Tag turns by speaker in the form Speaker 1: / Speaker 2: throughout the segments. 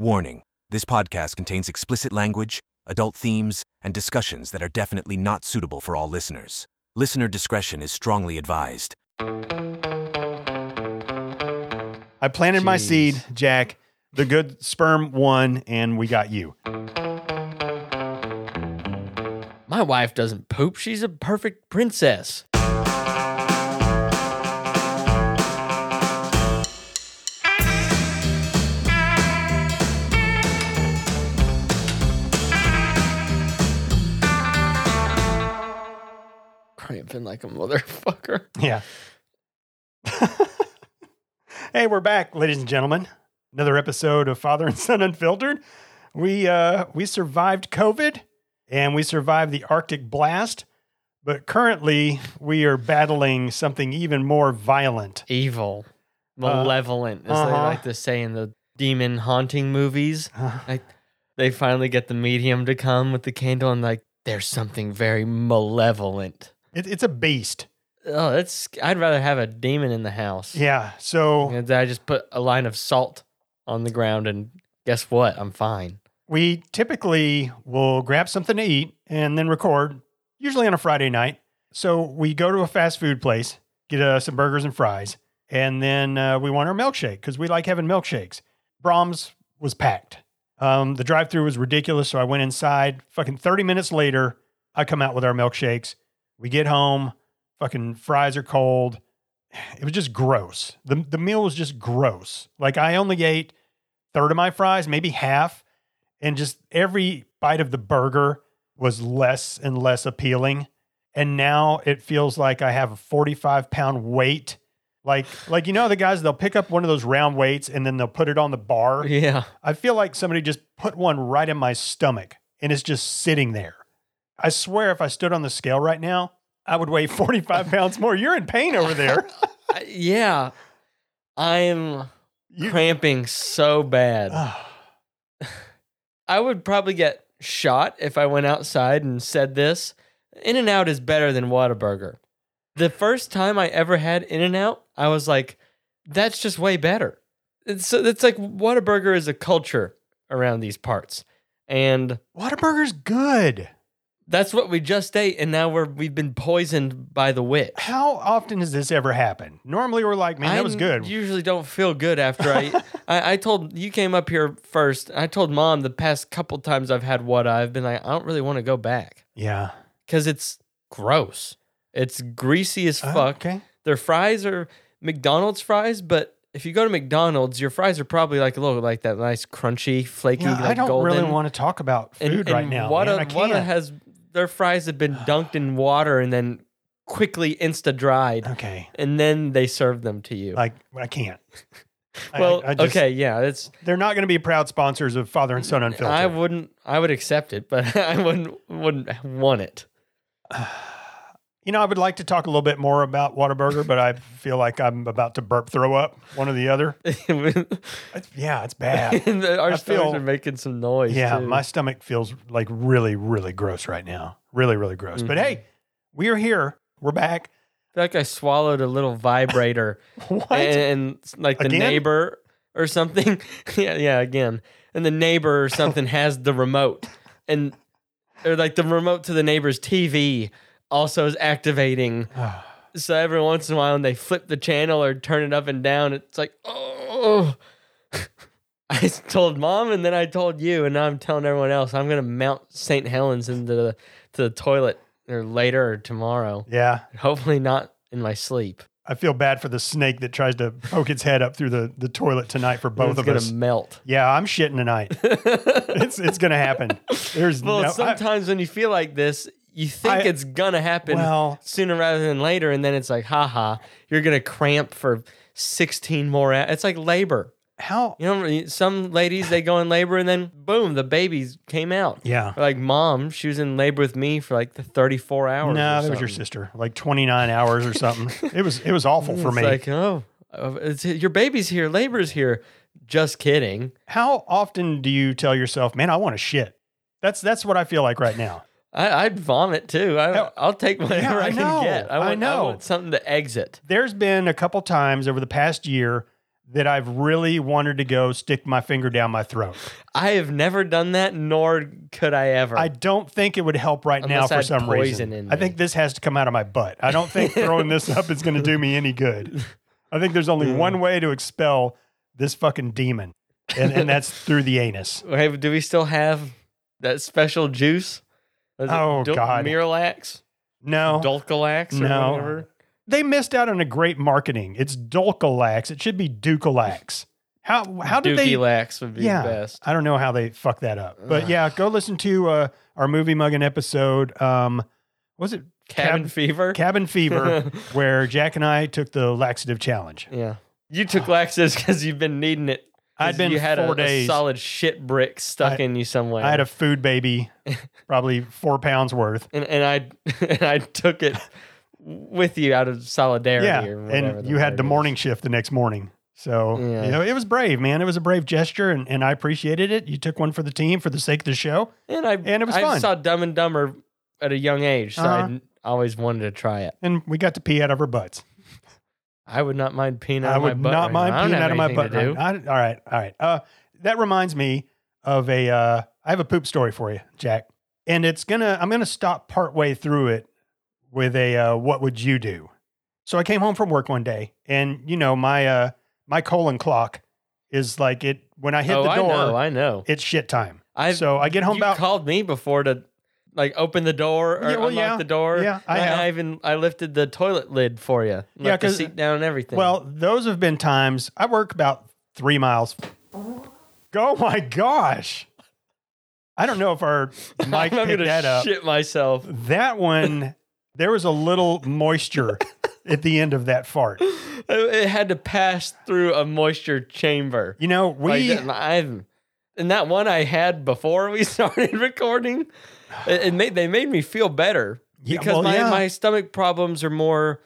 Speaker 1: Warning this podcast contains explicit language, adult themes, and discussions that are definitely not suitable for all listeners. Listener discretion is strongly advised.
Speaker 2: I planted my
Speaker 3: Jeez.
Speaker 2: seed, Jack. The good sperm won, and we got you.
Speaker 3: My wife doesn't poop. She's a perfect princess. Cramping like a motherfucker.
Speaker 2: Yeah. hey, we're back, ladies and gentlemen. Another episode of Father and Son Unfiltered. We uh we survived COVID and we survived the Arctic blast, but currently we are battling something even more violent.
Speaker 3: Evil. Uh, Malevolent, as they
Speaker 2: uh-huh.
Speaker 3: like to say in the demon haunting movies. Like they finally get the medium to come with the candle and like there's something very malevolent.
Speaker 2: It, it's a beast.
Speaker 3: Oh, that's I'd rather have a demon in the house.
Speaker 2: Yeah. So
Speaker 3: And I just put a line of salt on the ground and guess what? I'm fine.
Speaker 2: we typically will grab something to eat and then record, usually on a Friday night. So we go to a fast food place, get uh, some burgers and fries, and then uh, we want our milkshake because we like having milkshakes. Brahms was packed. Um, the drive through was ridiculous. So I went inside. Fucking 30 minutes later, I come out with our milkshakes. We get home. Fucking fries are cold. It was just gross. The, the meal was just gross. Like I only ate third of my fries, maybe half and just every bite of the burger was less and less appealing and now it feels like i have a 45 pound weight like like you know the guys they'll pick up one of those round weights and then they'll put it on the bar
Speaker 3: Yeah.
Speaker 2: i feel like somebody just put one right in my stomach and it's just sitting there i swear if i stood on the scale right now i would weigh 45 pounds more you're in pain over there
Speaker 3: I- yeah. I'm
Speaker 2: You-
Speaker 3: cramping so bad.
Speaker 2: Ah,
Speaker 3: I would probably get shot if I went outside and said this. In and out is better than Whataburger. The first time I ever had In and Out, I was like, that's just way better. It's, it's like Whataburger is a culture around these parts. And
Speaker 2: Whataburger's good
Speaker 3: that's what we just ate, and now we're we've been poisoned by the witch.
Speaker 2: how often has this ever happened normally we're like man that was
Speaker 3: I
Speaker 2: good
Speaker 3: Usually don't feel good after I, I. I told you came up here first. I told mom the past couple times I've had what I've been like. I don't really want to go back
Speaker 2: yeah
Speaker 3: because it's gross. It's greasy as
Speaker 2: Oh,
Speaker 3: fuck.
Speaker 2: okay
Speaker 3: Their fries are McDonald's fries, but if you go to McDonald's, your fries are probably like a little like that nice crunchy, flaky.
Speaker 2: Yeah,
Speaker 3: like
Speaker 2: I don't
Speaker 3: golden.
Speaker 2: really want to talk about food
Speaker 3: and, and
Speaker 2: right now.
Speaker 3: Wada,
Speaker 2: man. I
Speaker 3: Wada
Speaker 2: can't.
Speaker 3: has their fries have been dunked in water and then quickly insta dried,
Speaker 2: okay,
Speaker 3: and then they serve them to you.
Speaker 2: like I can't. I-
Speaker 3: well,
Speaker 2: I, I just,
Speaker 3: okay, yeah, it's
Speaker 2: They're not going to be proud sponsors of Father and Son Unfiltered.
Speaker 3: I wouldn't, I would accept it, but I wouldn't, wouldn't want it.
Speaker 2: you know, I would like to talk a little bit more about Whataburger, but I feel like I'm about to burp throw up. One or the other. It's- yeah, it's bad.
Speaker 3: And Our
Speaker 2: I
Speaker 3: stomachs
Speaker 2: feel-
Speaker 3: are making some noise.
Speaker 2: yeah,
Speaker 3: too.
Speaker 2: my stomach feels like really, really gross right now. Really, really gross. But
Speaker 3: Mhm.
Speaker 2: hey, we are here. We're back.
Speaker 3: I feel like I swallowed a little vibrator,
Speaker 2: What?
Speaker 3: and, and, like the
Speaker 2: Again?
Speaker 3: neighbor or something. yeah, yeah, again, and the neighbor or something has the remote, and or like the remote to the neighbor's TV also is activating. So every once in a while, when they flip the channel or turn it up and down, it's like, oh. I told mom, and then I told you, and now I'm telling everyone else. I'm gonna mount St. Helens into the to the toilet or later or tomorrow.
Speaker 2: yeah,
Speaker 3: Hopefully not in my sleep.
Speaker 2: I feel bad for the snake that tries to poke its head up through the, the toilet tonight for both
Speaker 3: it's
Speaker 2: of
Speaker 3: gonna
Speaker 2: us.
Speaker 3: melt.
Speaker 2: Yeah, I'm shitting tonight. it's it's gonna happen. There's
Speaker 3: Well,
Speaker 2: no. I-
Speaker 3: sometimes when you feel like this, you think
Speaker 2: I-
Speaker 3: it's gonna happen
Speaker 2: well,
Speaker 3: sooner rather than later, and then it's like, haha, you're gonna cramp for 16 more. Hours. It's like labor.
Speaker 2: how?
Speaker 3: You know, some ladies they go in labor and then boom, the babies came out.
Speaker 2: Yeah.
Speaker 3: Or like mom, she was in labor with me for like the 34 hours.
Speaker 2: No,
Speaker 3: or
Speaker 2: that was your
Speaker 3: something.
Speaker 2: sister. Like 29 hours or something. it was it was awful for
Speaker 3: It's
Speaker 2: me.
Speaker 3: like, oh, uh, it's, your baby's here, labor's here. Just kidding.
Speaker 2: how often do you tell yourself, "Man, I want to shit"? That's that's what I feel like right now.
Speaker 3: I, I'd vomit too. I,
Speaker 2: Hell-
Speaker 3: I'll take whatever
Speaker 2: Yeah, I
Speaker 3: I, can
Speaker 2: know.
Speaker 3: get.
Speaker 2: I
Speaker 3: want,
Speaker 2: know.
Speaker 3: want something to exit.
Speaker 2: There's been a couple times over the past year that I've really wanted to go stick my finger down my throat.
Speaker 3: I have never done that, nor could I ever.
Speaker 2: I don't think it would help right now
Speaker 3: Unless
Speaker 2: for
Speaker 3: I had
Speaker 2: some
Speaker 3: poison
Speaker 2: reason.
Speaker 3: in
Speaker 2: I think
Speaker 3: me.
Speaker 2: this has to come out of my butt. I don't think throwing this up is going to do me any good. I think there's only
Speaker 3: Mm.
Speaker 2: one way to expel this fucking demon, and, and that's through the anus.
Speaker 3: Hey, do we still have that special juice? Is it
Speaker 2: Oh,
Speaker 3: Dul-
Speaker 2: God.
Speaker 3: Miralax,
Speaker 2: No,
Speaker 3: Dulcolax, or
Speaker 2: No.
Speaker 3: whatever.
Speaker 2: they missed out on a great marketing. It's Dulcolax. It should be Ducalax. How how did they?
Speaker 3: Dookie-lax would be
Speaker 2: Yeah.
Speaker 3: the best.
Speaker 2: I don't know how they fucked that up. But
Speaker 3: Ugh.
Speaker 2: yeah, go listen to uh, our movie mugging episode. Um, was it
Speaker 3: Cabin
Speaker 2: Cab-
Speaker 3: fever.
Speaker 2: Cabin Fever, where Jack and I took the laxative challenge.
Speaker 3: yeah, you took laxatives because you've been needing it. 'Cause
Speaker 2: I'd been
Speaker 3: you had a-
Speaker 2: four
Speaker 3: a,
Speaker 2: days.
Speaker 3: solid shit brick stuck
Speaker 2: I-
Speaker 3: in you somewhere.
Speaker 2: I had a food baby, probably four pounds worth.
Speaker 3: and, and I and I took it with you out of solidarity.
Speaker 2: Yeah,
Speaker 3: or whatever
Speaker 2: and you had
Speaker 3: word
Speaker 2: the
Speaker 3: is.
Speaker 2: morning shift the next morning. So
Speaker 3: Yeah.
Speaker 2: you know it was brave, man. It was a brave gesture, and, and I appreciated it. You took one for the team for the sake of the show.
Speaker 3: and I
Speaker 2: and it was
Speaker 3: I
Speaker 2: fun.
Speaker 3: saw Dumb and Dumber at a young age, so
Speaker 2: Uh-huh.
Speaker 3: I n- always wanted to try it.
Speaker 2: and we got to pee out of our butts.
Speaker 3: I would not mind peeing out
Speaker 2: I
Speaker 3: of my
Speaker 2: would
Speaker 3: butt.
Speaker 2: not
Speaker 3: right
Speaker 2: mind
Speaker 3: now. I don't
Speaker 2: peeing
Speaker 3: have
Speaker 2: out of my
Speaker 3: anything
Speaker 2: butt.
Speaker 3: to do.
Speaker 2: right now. I- all right, all right. Uh, that reminds me of a. Uh, I have a poop story for you, Jack, and it's gonna. I'm gonna stop partway through it with a. Uh, what would you do? So I came home from work one day, and you know my uh, my colon clock is like it when I hit
Speaker 3: oh,
Speaker 2: the door.
Speaker 3: I know. I know.
Speaker 2: it's shit time.
Speaker 3: I've,
Speaker 2: so I get home
Speaker 3: you
Speaker 2: about
Speaker 3: called me before to like open the door or
Speaker 2: Yeah, well,
Speaker 3: unlock
Speaker 2: yeah.
Speaker 3: the door.
Speaker 2: Yeah, I
Speaker 3: And
Speaker 2: have.
Speaker 3: I even I lifted the toilet lid for you.
Speaker 2: Yeah,
Speaker 3: Left the
Speaker 2: 'cause-
Speaker 3: seat down and everything.
Speaker 2: Well, those have been times I work about three miles. Oh my gosh. I don't know if our mic
Speaker 3: I'm
Speaker 2: picked
Speaker 3: gonna
Speaker 2: that up.
Speaker 3: shit myself.
Speaker 2: That one, there was a little moisture at the end of that fart.
Speaker 3: It- It had to pass through a moisture chamber.
Speaker 2: You know, we,
Speaker 3: Oh, like, I've and that one I had before we started recording, it, it made they made me feel better
Speaker 2: Yeah,
Speaker 3: because
Speaker 2: well,
Speaker 3: my,
Speaker 2: yeah.
Speaker 3: my stomach problems are more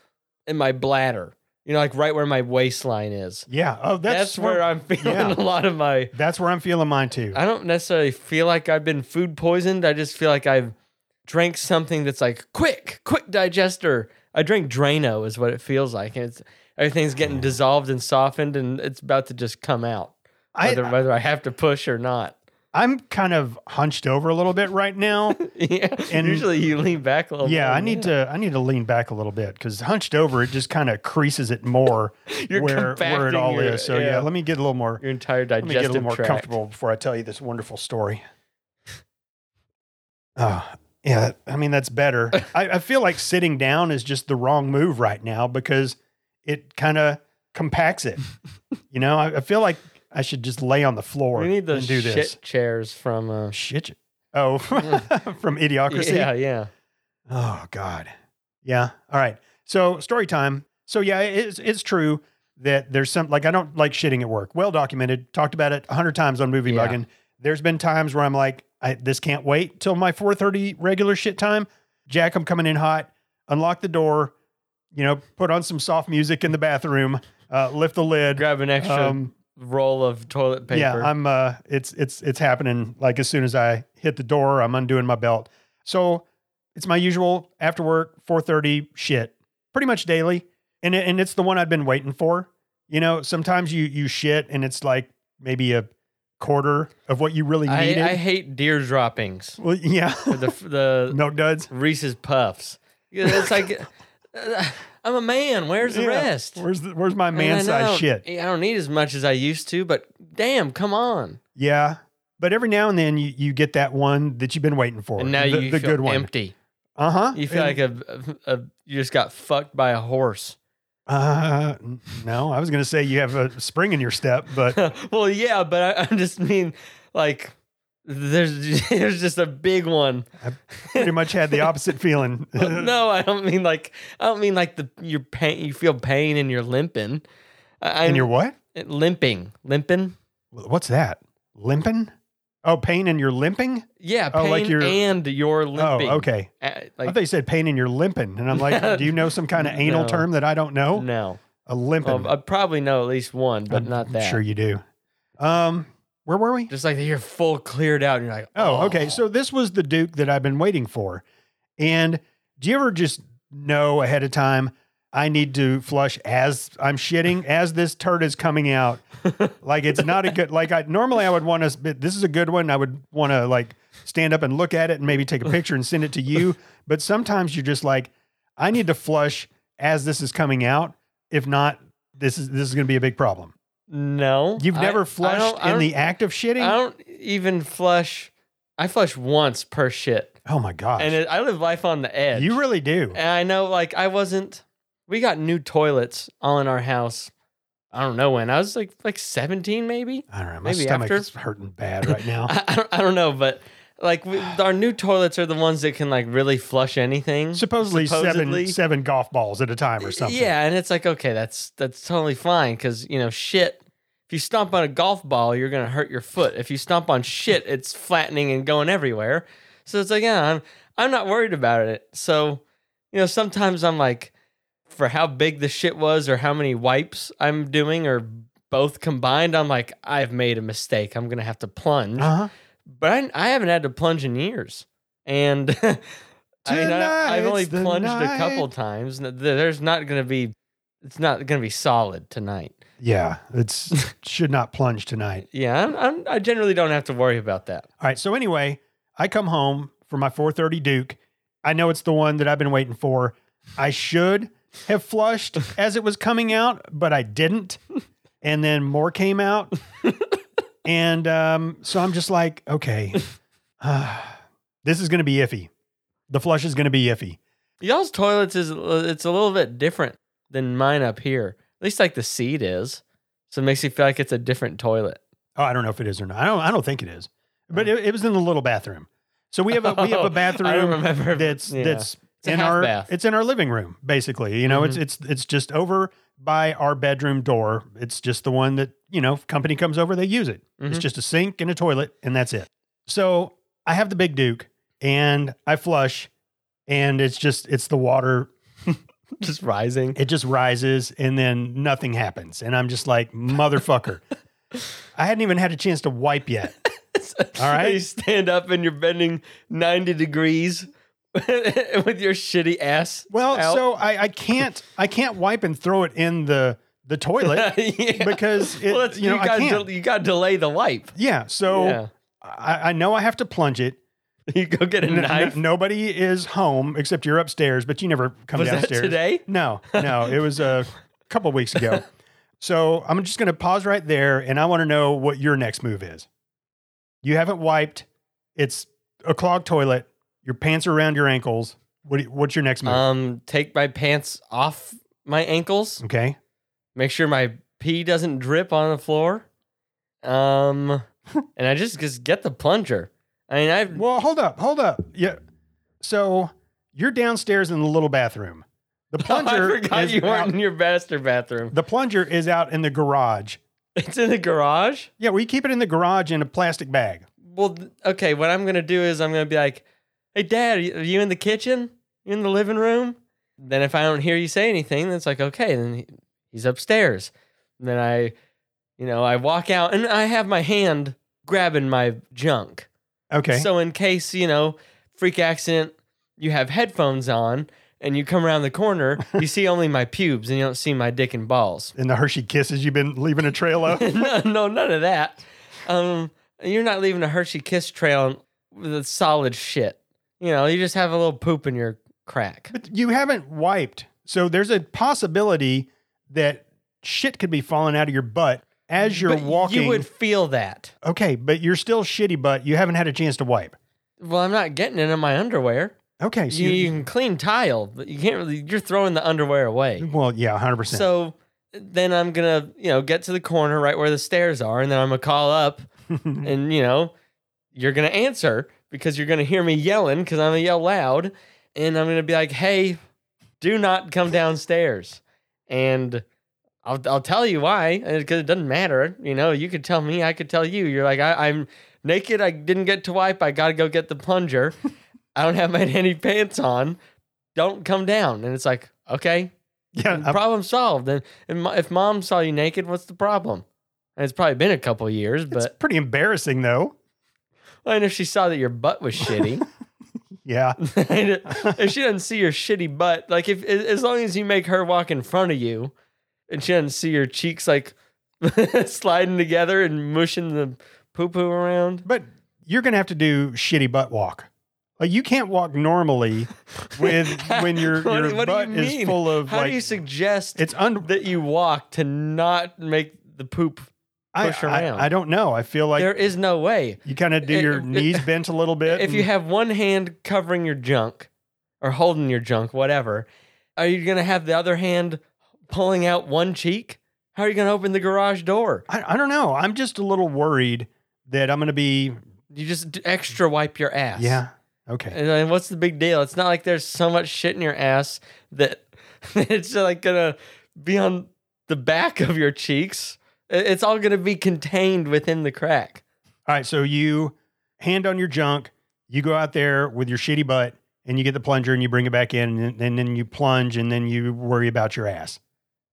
Speaker 3: in my bladder. You know, like right where my waistline is.
Speaker 2: yeah. Oh, that's,
Speaker 3: That's, where I'm feeling
Speaker 2: yeah.
Speaker 3: a lot of my.
Speaker 2: That's where I'm feeling mine too.
Speaker 3: I don't necessarily feel like I've been food poisoned. I just feel like I've drank something that's like quick, quick digester. I drink Drano is what it feels like, and it's everything's
Speaker 2: Mm.
Speaker 3: getting dissolved and softened, and it's about to just come out,
Speaker 2: I,
Speaker 3: whether whether I have to push or not.
Speaker 2: I'm kind of hunched over a little bit right now.
Speaker 3: yeah.
Speaker 2: And-
Speaker 3: usually you lean back a little.
Speaker 2: Yeah, I need to I need to lean back a little bit because hunched over it just kind of creases it more
Speaker 3: You're
Speaker 2: where where it
Speaker 3: compacting
Speaker 2: all
Speaker 3: your-
Speaker 2: is. So yeah.
Speaker 3: yeah.
Speaker 2: let me get a little more
Speaker 3: your entire
Speaker 2: let me get a
Speaker 3: digestive
Speaker 2: little more
Speaker 3: tract.
Speaker 2: comfortable before I tell you this wonderful story. Oh, yeah, I mean that's better. I, I feel like sitting down is just the wrong move right now because it kind of compacts it. you know, I, I feel like I should just lay on the floor
Speaker 3: We need
Speaker 2: and
Speaker 3: those
Speaker 2: do
Speaker 3: shit
Speaker 2: this.
Speaker 3: chairs from. Uh,
Speaker 2: Shit. Oh, from idiocracy.
Speaker 3: yeah, yeah.
Speaker 2: Oh God. Yeah. All right. So story time. So yeah, it's it's true that there's some like I don't like shitting at work. Well documented. Talked about it a hundred times on movie
Speaker 3: Yeah.
Speaker 2: bugging. There's been times where I'm like, I this can't wait till my 4:30 regular shit time. Jack, I'm coming in hot. Unlock the door. You know, put on some soft music in the bathroom. Uh, lift the lid.
Speaker 3: Grab an extra
Speaker 2: Um,
Speaker 3: roll of toilet paper.
Speaker 2: yeah, I'm uh it's it's it's happening like as soon as I hit the door, I'm undoing my belt. So it's my usual after work 4:30 shit. Pretty much daily. And it, and it's the one I've been waiting for. You know, sometimes you you shit and it's like maybe a quarter of what you really
Speaker 3: I,
Speaker 2: needed.
Speaker 3: I hate deer droppings.
Speaker 2: well, yeah.
Speaker 3: the the
Speaker 2: Milk duds.
Speaker 3: Reese's Puffs. It's like uh, I'm a man. Where's the
Speaker 2: Yeah.
Speaker 3: rest?
Speaker 2: Where's the, where's my
Speaker 3: I mean, I
Speaker 2: man
Speaker 3: know-
Speaker 2: sized shit?
Speaker 3: I don't need as much as I used to, but damn, come on.
Speaker 2: Yeah. But every now and then you, you get that one that you've been waiting for.
Speaker 3: And now
Speaker 2: the,
Speaker 3: you
Speaker 2: the
Speaker 3: feel
Speaker 2: good one.
Speaker 3: empty.
Speaker 2: Uh huh.
Speaker 3: You feel like a, a, a you just got fucked by a horse.
Speaker 2: Uh, n- no, I was gonna say you have a spring in your step, but
Speaker 3: well, yeah, but I, I just mean like there's there's just a big one.
Speaker 2: pretty much had the opposite feeling.
Speaker 3: no, I don't mean like I don't mean like the your pain. You feel pain and you're limping. I,
Speaker 2: in
Speaker 3: I'm
Speaker 2: your what?
Speaker 3: limping, limping.
Speaker 2: What's that? Limping? Oh, pain in your limping?
Speaker 3: Yeah,
Speaker 2: Oh,
Speaker 3: pain
Speaker 2: like you're-
Speaker 3: and you're limping.
Speaker 2: Oh, okay.
Speaker 3: A-
Speaker 2: I
Speaker 3: like
Speaker 2: thought you said pain in your limping, and I'm like, do you know some kind of anal
Speaker 3: No.
Speaker 2: term that I don't know?
Speaker 3: no,
Speaker 2: A limping.
Speaker 3: well, I probably know at least one, but
Speaker 2: I'm-
Speaker 3: not that.
Speaker 2: I'm sure you do. Um, where were we?
Speaker 3: Just like you're full cleared out, and you're like,
Speaker 2: Oh, okay. So this was the Duke that I've been waiting for. And do you ever just know ahead of time? I need to flush as I'm shitting, as this turd is coming out. Like it's not a good. Like I normally I would want to. but This is a good one. I would want to like stand up and look at it and maybe take a picture and send it to you. But sometimes you're just like, I need to flush as this is coming out. If not, this is this is going to be a big problem.
Speaker 3: No.
Speaker 2: You've
Speaker 3: I-
Speaker 2: never
Speaker 3: I
Speaker 2: flushed
Speaker 3: don't- I
Speaker 2: in
Speaker 3: don't-
Speaker 2: the act of
Speaker 3: I
Speaker 2: shitting.
Speaker 3: don't even flush. I flush once per shit,
Speaker 2: Oh my gosh!
Speaker 3: and it, I live life on the edge.
Speaker 2: you really do.
Speaker 3: and I know, like, I wasn't. We got new toilets all in our house. I don't know when. I was like, like seventeen, maybe.
Speaker 2: I don't know. My
Speaker 3: Maybe
Speaker 2: stomach
Speaker 3: after-
Speaker 2: is hurting bad right now.
Speaker 3: I, I, don't, I don't know, but like, we, our new toilets are the ones that can like really flush anything.
Speaker 2: Supposedly,
Speaker 3: Supposedly.
Speaker 2: seven seven golf balls at a time or something.
Speaker 3: Yeah, and it's like okay, that's that's totally fine because you know shit. If you stomp on a golf ball, you're gonna hurt your foot. If you stomp on shit, it's flattening and going everywhere. So it's like yeah, I'm I'm not worried about it. So you know sometimes I'm like, for how big the shit was or how many wipes I'm doing or both combined, I'm like I've made a mistake. I'm gonna have to plunge.
Speaker 2: Uh-huh.
Speaker 3: But I, I haven't had to plunge in years, and I mean, I, I've
Speaker 2: Tonight's
Speaker 3: only
Speaker 2: the
Speaker 3: plunged a
Speaker 2: night.
Speaker 3: couple times. N- there- There's not going to be, it's not going to be solid tonight.
Speaker 2: Yeah, it's should not plunge tonight.
Speaker 3: Yeah, I'm, I'm, I generally don't have to worry about that.
Speaker 2: All right. So anyway, I come home for my 4:30 Duke. I know it's the one that I've been waiting for. I should have flushed as it was coming out, but I didn't. And then more came out, and um, so I'm just like, okay, this is going to be iffy. The flush is going to be iffy.
Speaker 3: Y'all's toilets is it's a little bit different than mine up here. At least like the seat is, so it makes you feel like it's a different toilet.
Speaker 2: Oh, I don't know if it is or not. I don't. I don't think it is. But it, it was in the little bathroom. So we have a we have
Speaker 3: Oh, I
Speaker 2: a bathroom.
Speaker 3: remember if-
Speaker 2: that's
Speaker 3: yeah.
Speaker 2: that's
Speaker 3: It's a
Speaker 2: in
Speaker 3: half
Speaker 2: our
Speaker 3: bath. Mm-hmm.
Speaker 2: it's in our living room basically. You know, it's it's it's just over by our bedroom door. It's just the one that you know if company comes over they use it. It's
Speaker 3: Mhm.
Speaker 2: just a sink and a toilet and that's it. So I have the big Duke and I flush and it's just it's the water
Speaker 3: Just rising.
Speaker 2: it just rises and then nothing happens. And I'm just like, motherfucker. I hadn't even had a chance to wipe yet. All right.
Speaker 3: you stand up and you're bending ninety degrees with your shitty ass.
Speaker 2: Well,
Speaker 3: out.
Speaker 2: so I, I can't I can't wipe and throw it in the the toilet
Speaker 3: Yeah.
Speaker 2: because it,
Speaker 3: well, that's-
Speaker 2: you know I
Speaker 3: gotta
Speaker 2: can't.
Speaker 3: del- you got to delay the wipe.
Speaker 2: yeah, so
Speaker 3: Yeah.
Speaker 2: I, I know I have to plunge it.
Speaker 3: You go get a
Speaker 2: N-
Speaker 3: knife.
Speaker 2: n- nobody is home except you're upstairs, but you never come
Speaker 3: Was that
Speaker 2: downstairs.
Speaker 3: today?
Speaker 2: No, no, it was a couple weeks ago. So I'm just going to pause right there, and I want to know what your next move is. You haven't wiped. It's a clogged toilet. Your pants are around your ankles. What, do you- what's your next move?
Speaker 3: Um, take my pants off my ankles.
Speaker 2: okay.
Speaker 3: Make sure my pee doesn't drip on the floor. Um, and I just just get the plunger. I mean, I've
Speaker 2: Well, hold up, hold up. Yeah. So you're downstairs in the little bathroom. The plunger.
Speaker 3: I forgot
Speaker 2: is
Speaker 3: you weren't
Speaker 2: out-
Speaker 3: in your master bathroom.
Speaker 2: the plunger is out in the garage.
Speaker 3: It's in the garage.
Speaker 2: Yeah, we keep it in the garage in a plastic bag.
Speaker 3: Well, th- okay. What I'm gonna do is I'm gonna be like, "Hey, Dad, are you- are you in the kitchen? You in the living room?" Then if I don't hear you say anything, that's like, okay, then he- he's upstairs. And then I, you know, I walk out and I have my hand grabbing my junk.
Speaker 2: Okay.
Speaker 3: So in case you know, freak accident, you have headphones on and you come around the corner, you see only my pubes and you don't see my dick and balls.
Speaker 2: and the Hershey kisses you've been leaving a trail of.
Speaker 3: no, no, none of that. Um, you're not leaving a Hershey Kiss trail with a solid shit. You know, you just have a little poop in your crack.
Speaker 2: But you haven't wiped. So there's a possibility that shit could be falling out of your butt as you're
Speaker 3: But
Speaker 2: walking.
Speaker 3: you would feel that.
Speaker 2: okay, but you're still shitty butt. You haven't had a chance to wipe.
Speaker 3: Well, I'm not getting it in my underwear.
Speaker 2: Okay, so
Speaker 3: You,
Speaker 2: you,
Speaker 3: you can clean tile, but you can't really. You're throwing the underwear away.
Speaker 2: well, yeah, 100%.
Speaker 3: So then I'm gonna, you know, get to the corner right where the stairs are, and then I'm gonna call up, and you know, you're gonna answer because you're gonna hear me yelling because I'm gonna yell loud, and I'm gonna be like, "Hey, do not come downstairs," and I'll I'll tell you why because it doesn't matter. You know, you could tell me, I could tell you. You're like, I, I'm naked. I didn't get to wipe. I gotta go get the plunger. I don't have my any pants on. Don't come down. And it's like, okay,
Speaker 2: yeah, uh,
Speaker 3: and
Speaker 2: I-
Speaker 3: problem solved. And, and mo- if mom saw you naked, what's the problem? And it's probably been a couple years,
Speaker 2: it's
Speaker 3: but
Speaker 2: pretty embarrassing though.
Speaker 3: and if she saw that your butt was shitty,
Speaker 2: Yeah.
Speaker 3: if she doesn't see your shitty butt, like if as long as you make her walk in front of you, and she doesn't see your cheeks like sliding together and mushing the poo poo around,
Speaker 2: But you're going to have to do shitty butt walk. Like you can't walk normally with when your
Speaker 3: What do-
Speaker 2: your
Speaker 3: what do you
Speaker 2: butt is
Speaker 3: mean?
Speaker 2: full of
Speaker 3: how
Speaker 2: like
Speaker 3: do you suggest
Speaker 2: it's un.
Speaker 3: that you walk to not make the poop?
Speaker 2: I,
Speaker 3: push
Speaker 2: I-
Speaker 3: around?
Speaker 2: I don't know. I feel like
Speaker 3: there is no way.
Speaker 2: you kind of do
Speaker 3: it-
Speaker 2: your
Speaker 3: it-
Speaker 2: knees bent a little bit.
Speaker 3: If you
Speaker 2: and-
Speaker 3: have one hand covering your junk or holding your junk, whatever, are you gonna have the other hand pulling out one cheek? How are you gonna open the garage door?
Speaker 2: I, I don't know. I'm just a little worried that I'm going to be.
Speaker 3: You just d- extra wipe your ass.
Speaker 2: Yeah. Okay.
Speaker 3: And then what's the big deal? It's not like there's so much shit in your ass that it's just like gonna be on the back of your cheeks. I- It's all gonna be contained within the crack.
Speaker 2: All right. So you hand on your junk. You go out there with your shitty butt, and you get the plunger, and you bring it back in, and, and then you plunge, and then you worry about your ass.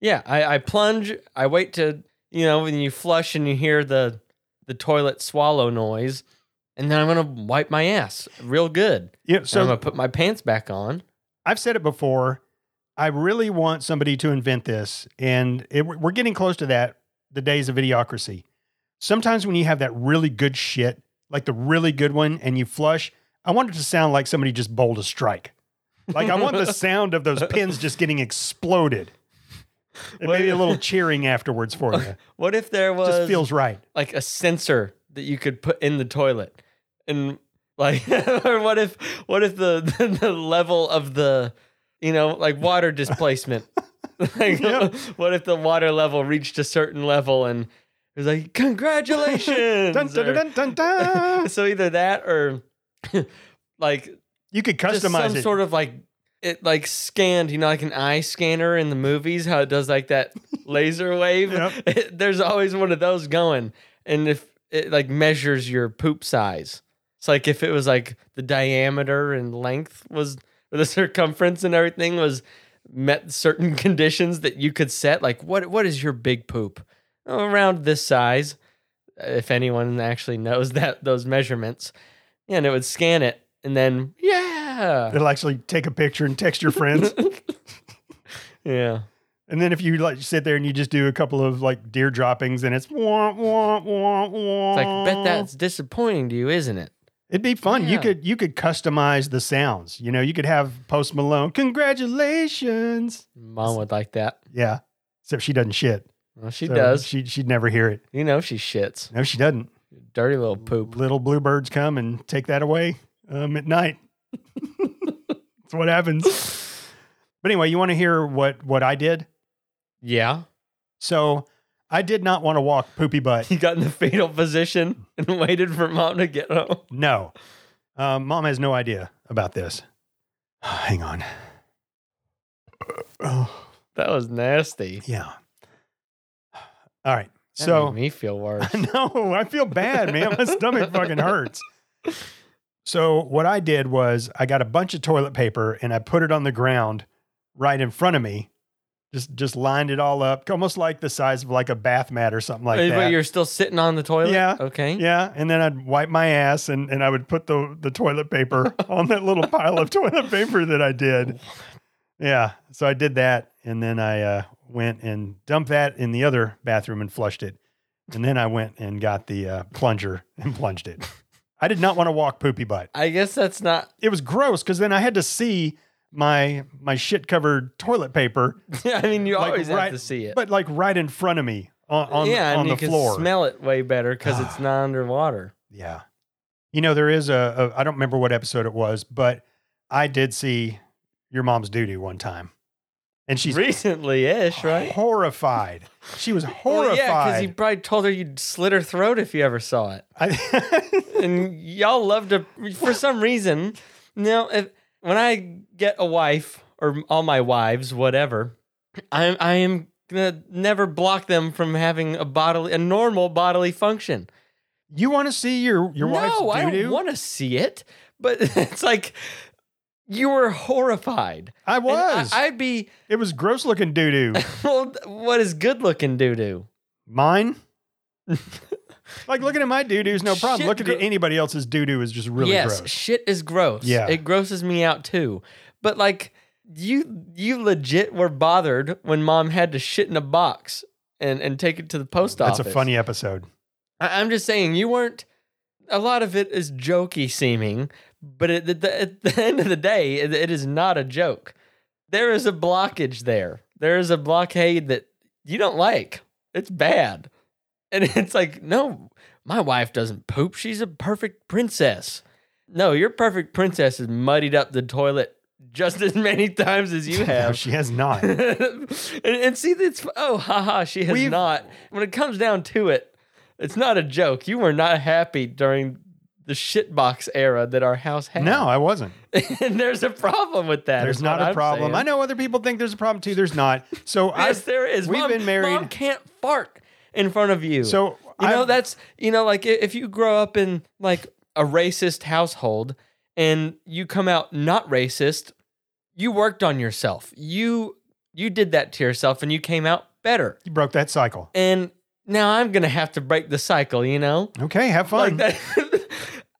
Speaker 3: Yeah, I, I plunge. I wait to you know when you flush and you hear the the toilet swallow noise, and then I'm gonna wipe my ass real good.
Speaker 2: Yeah.
Speaker 3: So
Speaker 2: So
Speaker 3: I'm gonna put my pants back on.
Speaker 2: I've said it before. I really want somebody to invent this, and it, we're getting close to that. The days of idiocracy. Sometimes when you have that really good shit, like the really good one, and you flush, I want it to sound like somebody just bowled a strike. Like I want the sound of those pins just getting exploded. And maybe a little cheering afterwards for you.
Speaker 3: What if there was
Speaker 2: Just feels right.
Speaker 3: like a sensor that you could put in the toilet and like or what if what if the, the the level of the you know like water displacement like
Speaker 2: Yep.
Speaker 3: what if the water level reached a certain level and it was like congratulations
Speaker 2: Dun, dun,
Speaker 3: or-
Speaker 2: dun, dun, dun, dun.
Speaker 3: so either that or like
Speaker 2: You could
Speaker 3: just some
Speaker 2: customize it.
Speaker 3: sort of like it like scanned, you know, like an eye scanner in the movies, how it does like that laser wave.
Speaker 2: Yep.
Speaker 3: there's always one of those going, and if it like measures your poop size, it's like if it was like the diameter and length was or the circumference and everything was met certain conditions that you could set. Like what what is your big poop? Oh, Around this size, if anyone actually knows that those measurements, and it would scan it, and then yeah,
Speaker 2: It'll actually take a picture and text your friends.
Speaker 3: yeah.
Speaker 2: And then if you like sit there and you just do a couple of like deer droppings and it's wah, wah, wah, wah.
Speaker 3: It's like, bet that's disappointing to you, isn't it?
Speaker 2: it'd be fun. You
Speaker 3: Yeah.
Speaker 2: could you could customize the sounds. You know, you could have Post Malone, congratulations.
Speaker 3: Mom would like that.
Speaker 2: Yeah. Except she doesn't shit.
Speaker 3: Well, she
Speaker 2: So
Speaker 3: does.
Speaker 2: She she'd never hear it.
Speaker 3: you know, she shits.
Speaker 2: No, she doesn't.
Speaker 3: Dirty little poop.
Speaker 2: Little bluebirds come and take that away um, at night. that's what happens. But anyway, you want to hear what what I did?
Speaker 3: Yeah.
Speaker 2: So I did not want to walk poopy butt.
Speaker 3: He got in the fetal position and waited for mom to get home.
Speaker 2: No. Um, Mom has no idea about this. Hang on.
Speaker 3: Uh,
Speaker 2: Oh,
Speaker 3: That was nasty.
Speaker 2: yeah. All right.
Speaker 3: That
Speaker 2: so,
Speaker 3: made me feel worse.
Speaker 2: no, I feel bad, man. My stomach fucking hurts. So, what I did was I got a bunch of toilet paper and I put it on the ground right in front of me. Just just lined it all up, almost like the size of like a bath mat or something like
Speaker 3: Wait,
Speaker 2: that.
Speaker 3: but you're still sitting on the toilet?
Speaker 2: Yeah.
Speaker 3: Okay.
Speaker 2: Yeah, and then I'd wipe my ass and, and I would put the, the toilet paper on that little pile of toilet paper that I did.
Speaker 3: Oh,
Speaker 2: Yeah, so I did that and then I uh, went and dumped that in the other bathroom and flushed it. And then I went and got the uh, plunger and plunged it. I did not want to walk poopy butt.
Speaker 3: I guess that's not.
Speaker 2: It was gross because then I had to see my my shit covered toilet paper,
Speaker 3: I mean, you
Speaker 2: Like,
Speaker 3: always
Speaker 2: right-
Speaker 3: have to see it.
Speaker 2: but like right in front of me on on,
Speaker 3: yeah,
Speaker 2: on
Speaker 3: and
Speaker 2: the
Speaker 3: you can
Speaker 2: floor.
Speaker 3: smell it way better because it's not underwater.
Speaker 2: Yeah. You know, there is a, a, I don't remember what episode it was, but I did see your mom's duty one time. And she's
Speaker 3: Recently ish, right?
Speaker 2: horrified. She was
Speaker 3: Well,
Speaker 2: horrified.
Speaker 3: yeah, because he probably told her you'd slit her throat if you ever saw it.
Speaker 2: I-
Speaker 3: and y'all love to for some reason now if when i get a wife or all my wives whatever i i am gonna never block them from having a bodily a normal bodily function
Speaker 2: you want to see your, your
Speaker 3: no i
Speaker 2: wife's
Speaker 3: don't
Speaker 2: doo-doo?
Speaker 3: want to see it but it's like you were horrified
Speaker 2: I
Speaker 3: And I-
Speaker 2: was.
Speaker 3: i'd be
Speaker 2: it was gross looking doo doo.
Speaker 3: well what is good looking doo doo
Speaker 2: Mine? Like looking at my doo doo is no problem.
Speaker 3: Shit
Speaker 2: looking
Speaker 3: gro-
Speaker 2: at anybody else's doo doo is just really
Speaker 3: yes,
Speaker 2: gross.
Speaker 3: shit is gross.
Speaker 2: Yeah.
Speaker 3: It grosses me out too. But like you you legit were bothered when mom had to shit in a box and, and take it to the post
Speaker 2: That's
Speaker 3: office.
Speaker 2: a funny episode.
Speaker 3: I, I'm just saying you weren't a lot of it is jokey seeming, but at the- the, at the end of the day, it- it is not a joke. There is a blockage there. There is a blockade that you don't like. It's bad. And it's like, no, my wife doesn't poop. She's a perfect princess. No, your perfect princess has muddied up the toilet just as many times as you
Speaker 2: No,
Speaker 3: have.
Speaker 2: she has not.
Speaker 3: and, and see, it's oh, haha, she has
Speaker 2: We've-
Speaker 3: not. When it comes down to it, it's not a joke. You were not happy during the shitbox era that our house had.
Speaker 2: No, I wasn't.
Speaker 3: and there's a problem with that.
Speaker 2: There's
Speaker 3: is what
Speaker 2: not a
Speaker 3: I'm
Speaker 2: problem.
Speaker 3: saying.
Speaker 2: I know other people think there's a problem too. There's not. So I
Speaker 3: Yes, there is.
Speaker 2: we've
Speaker 3: Mom-
Speaker 2: been married-
Speaker 3: Mom can't fart in front of you.
Speaker 2: So
Speaker 3: you know
Speaker 2: I've-
Speaker 3: that's you know like i- if you grow up in like a racist household and you come out not racist, you worked on yourself. You you did that to yourself and you came out better.
Speaker 2: you broke that cycle.
Speaker 3: And now I'm gonna have to break the cycle. You know,
Speaker 2: Okay, have
Speaker 3: like
Speaker 2: fun.
Speaker 3: that.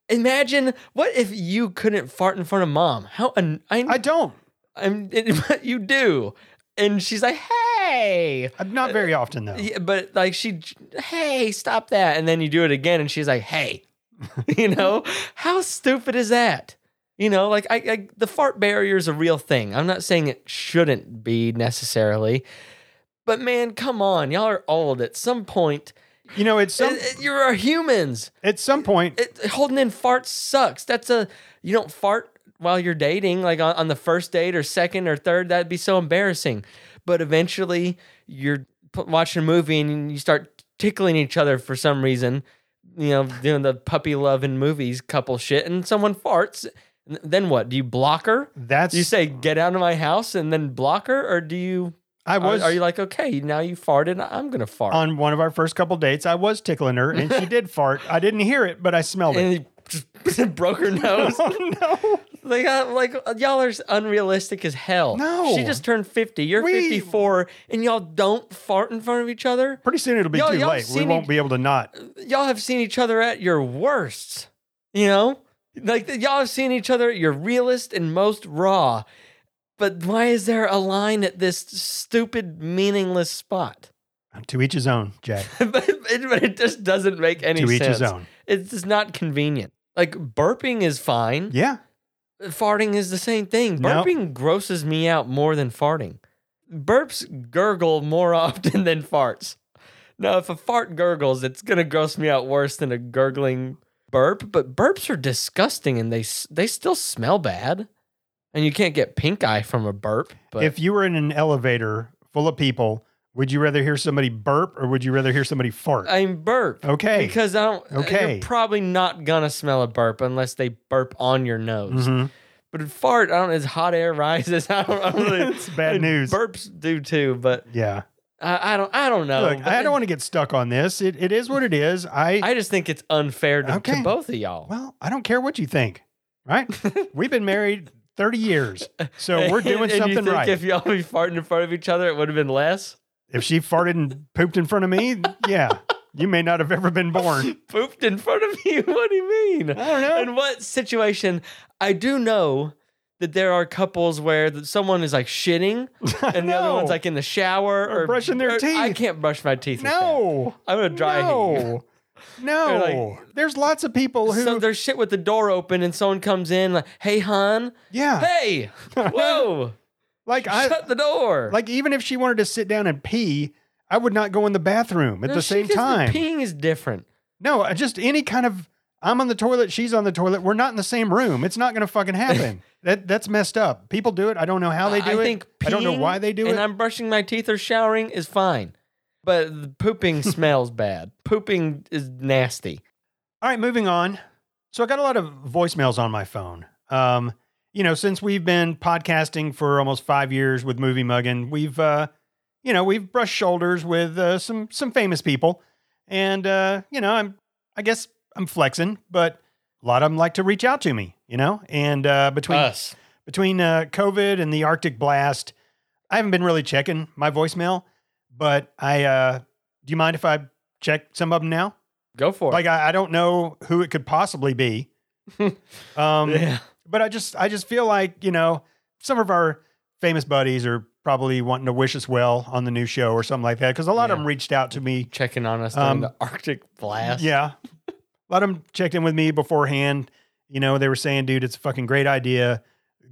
Speaker 3: Imagine what if you couldn't fart in front of mom? How an I,
Speaker 2: I don't.
Speaker 3: I'm but you do. And she's like, "Hey."
Speaker 2: I'm Uh, not very often though.
Speaker 3: Uh, Yeah, but like she hey, stop that. And then you do it again and she's like, "Hey." you know? How stupid is that? You know, like I, I the fart barrier is a real thing. I'm not saying it shouldn't be necessarily. But man, come on. Y'all are old at some point.
Speaker 2: You know, at some
Speaker 3: uh, uh, you're humans
Speaker 2: at some point,
Speaker 3: it, holding in farts sucks. That's a you don't fart while you're dating, like on, on the first date or second or third. That'd be so embarrassing. But eventually, you're p- watching a movie and you start tickling each other for some reason. You know, doing the puppy love in movies couple shit, and someone farts. N- Then what? Do you block her?
Speaker 2: that's
Speaker 3: Do you say get out of my house and then block her, or do you?
Speaker 2: I
Speaker 3: Are,
Speaker 2: was
Speaker 3: are you like okay? Now you farted. I'm gonna fart.
Speaker 2: on one of our first couple dates. I was tickling her, and she did fart. I didn't hear it, but I smelled it.
Speaker 3: and he broke her nose.
Speaker 2: Oh no!
Speaker 3: Like, uh, like uh, y'all are s- unrealistic as hell.
Speaker 2: No.
Speaker 3: she just turned fifty. You're
Speaker 2: We-
Speaker 3: fifty-four, and y'all don't fart in front of each other.
Speaker 2: Pretty soon it'll be
Speaker 3: Y'all-
Speaker 2: too
Speaker 3: y'all
Speaker 2: late. We
Speaker 3: seen
Speaker 2: won't
Speaker 3: each-
Speaker 2: be able to not.
Speaker 3: Y'all have seen each other at your worst. You know, like th- y'all have seen each other at your realest and most raw. But why is there a line at this stupid, meaningless spot?
Speaker 2: To each his own, Jack.
Speaker 3: but it, but it just doesn't make any
Speaker 2: to
Speaker 3: sense.
Speaker 2: each his own.
Speaker 3: It's just not convenient. Like burping is fine.
Speaker 2: Yeah.
Speaker 3: farting is the same thing.
Speaker 2: No.
Speaker 3: Burping grosses me out more than farting. Burps gurgle more often than farts. Now, if a fart gurgles, it's gonna gross me out worse than a gurgling burp. But burps are disgusting, and they s- they still smell bad, and you can't get pink eye from a burp. But
Speaker 2: if you were in an elevator full of people, would you rather hear somebody burp or would you rather hear somebody fart?
Speaker 3: I'm burp,
Speaker 2: okay.
Speaker 3: because I don't.
Speaker 2: Okay.
Speaker 3: you're probably not gonna smell a burp unless they burp on your nose.
Speaker 2: Mhm.
Speaker 3: But fart, I don't. As hot air rises, I don't, I don't really.
Speaker 2: It's bad
Speaker 3: and
Speaker 2: news.
Speaker 3: Burps do too, but
Speaker 2: Yeah.
Speaker 3: I, I don't. I don't know.
Speaker 2: Look, I don't want to get stuck on this. It, it is what it is. I,
Speaker 3: I just think it's unfair to, to
Speaker 2: Okay.
Speaker 3: both of y'all.
Speaker 2: well, I don't care what you think, right? We've been married 30 years. So we're doing
Speaker 3: And you
Speaker 2: something
Speaker 3: think
Speaker 2: right.
Speaker 3: If
Speaker 2: If,
Speaker 3: y'all be farting in front of each other, it would have been less.
Speaker 2: she farted and pooped in front of me, yeah, you may not have ever been born.
Speaker 3: Pooped in front of you. What do you mean?
Speaker 2: I don't know.
Speaker 3: In what situation? I do know that there are couples where that someone is like shitting, and the other
Speaker 2: No.
Speaker 3: one's like in the shower
Speaker 2: Or
Speaker 3: or,
Speaker 2: brushing their
Speaker 3: or, I
Speaker 2: teeth.
Speaker 3: can't brush my teeth. with that.
Speaker 2: No.
Speaker 3: I'm gonna dry heave.
Speaker 2: No. No. There's lots of people who,
Speaker 3: So there's shit with the door open and someone comes in like, "Hey, hon,
Speaker 2: yeah,
Speaker 3: hey, whoa,
Speaker 2: like I,
Speaker 3: shut the door."
Speaker 2: Like even if she wanted to sit down and pee, I would not go in the bathroom at
Speaker 3: No,
Speaker 2: the
Speaker 3: she-
Speaker 2: same
Speaker 3: 'cause
Speaker 2: time.
Speaker 3: peeing is different.
Speaker 2: No, I- just any kind of I'm on the toilet, she's on the toilet. We're not in the same room. It's not going to fucking happen. that that's messed up. People do it. I don't know how they
Speaker 3: I-
Speaker 2: do
Speaker 3: I
Speaker 2: it.
Speaker 3: think
Speaker 2: I don't know
Speaker 3: peeing
Speaker 2: why they do
Speaker 3: and
Speaker 2: it.
Speaker 3: I'm brushing my teeth or showering is fine, but the pooping smells bad. Pooping is nasty.
Speaker 2: All right, moving on. So I got a lot of voicemails on my phone. Um, you know, since we've been podcasting for almost five years with Movie Muggin, we've, uh, you know, we've brushed shoulders with uh, some some famous people, and uh, you know, I'm I guess I'm flexing, but a lot of them like to reach out to me, you know, and uh, between
Speaker 3: Us.
Speaker 2: between uh, COVID and the Arctic blast, I haven't been really checking my voicemail, but I uh, do you mind if I check some of them now?
Speaker 3: Go for it.
Speaker 2: Like I, I don't know who it could possibly be. um,
Speaker 3: yeah.
Speaker 2: but I just I just feel like you know some of our famous buddies are probably wanting to wish us well on the new show or something like that because a lot
Speaker 3: Yeah.
Speaker 2: of them reached out to me.
Speaker 3: Checking on us during
Speaker 2: Um,
Speaker 3: the Arctic blast.
Speaker 2: Yeah, a lot of them checked in with me beforehand. You know, they were saying, "Dude, it's a fucking great idea.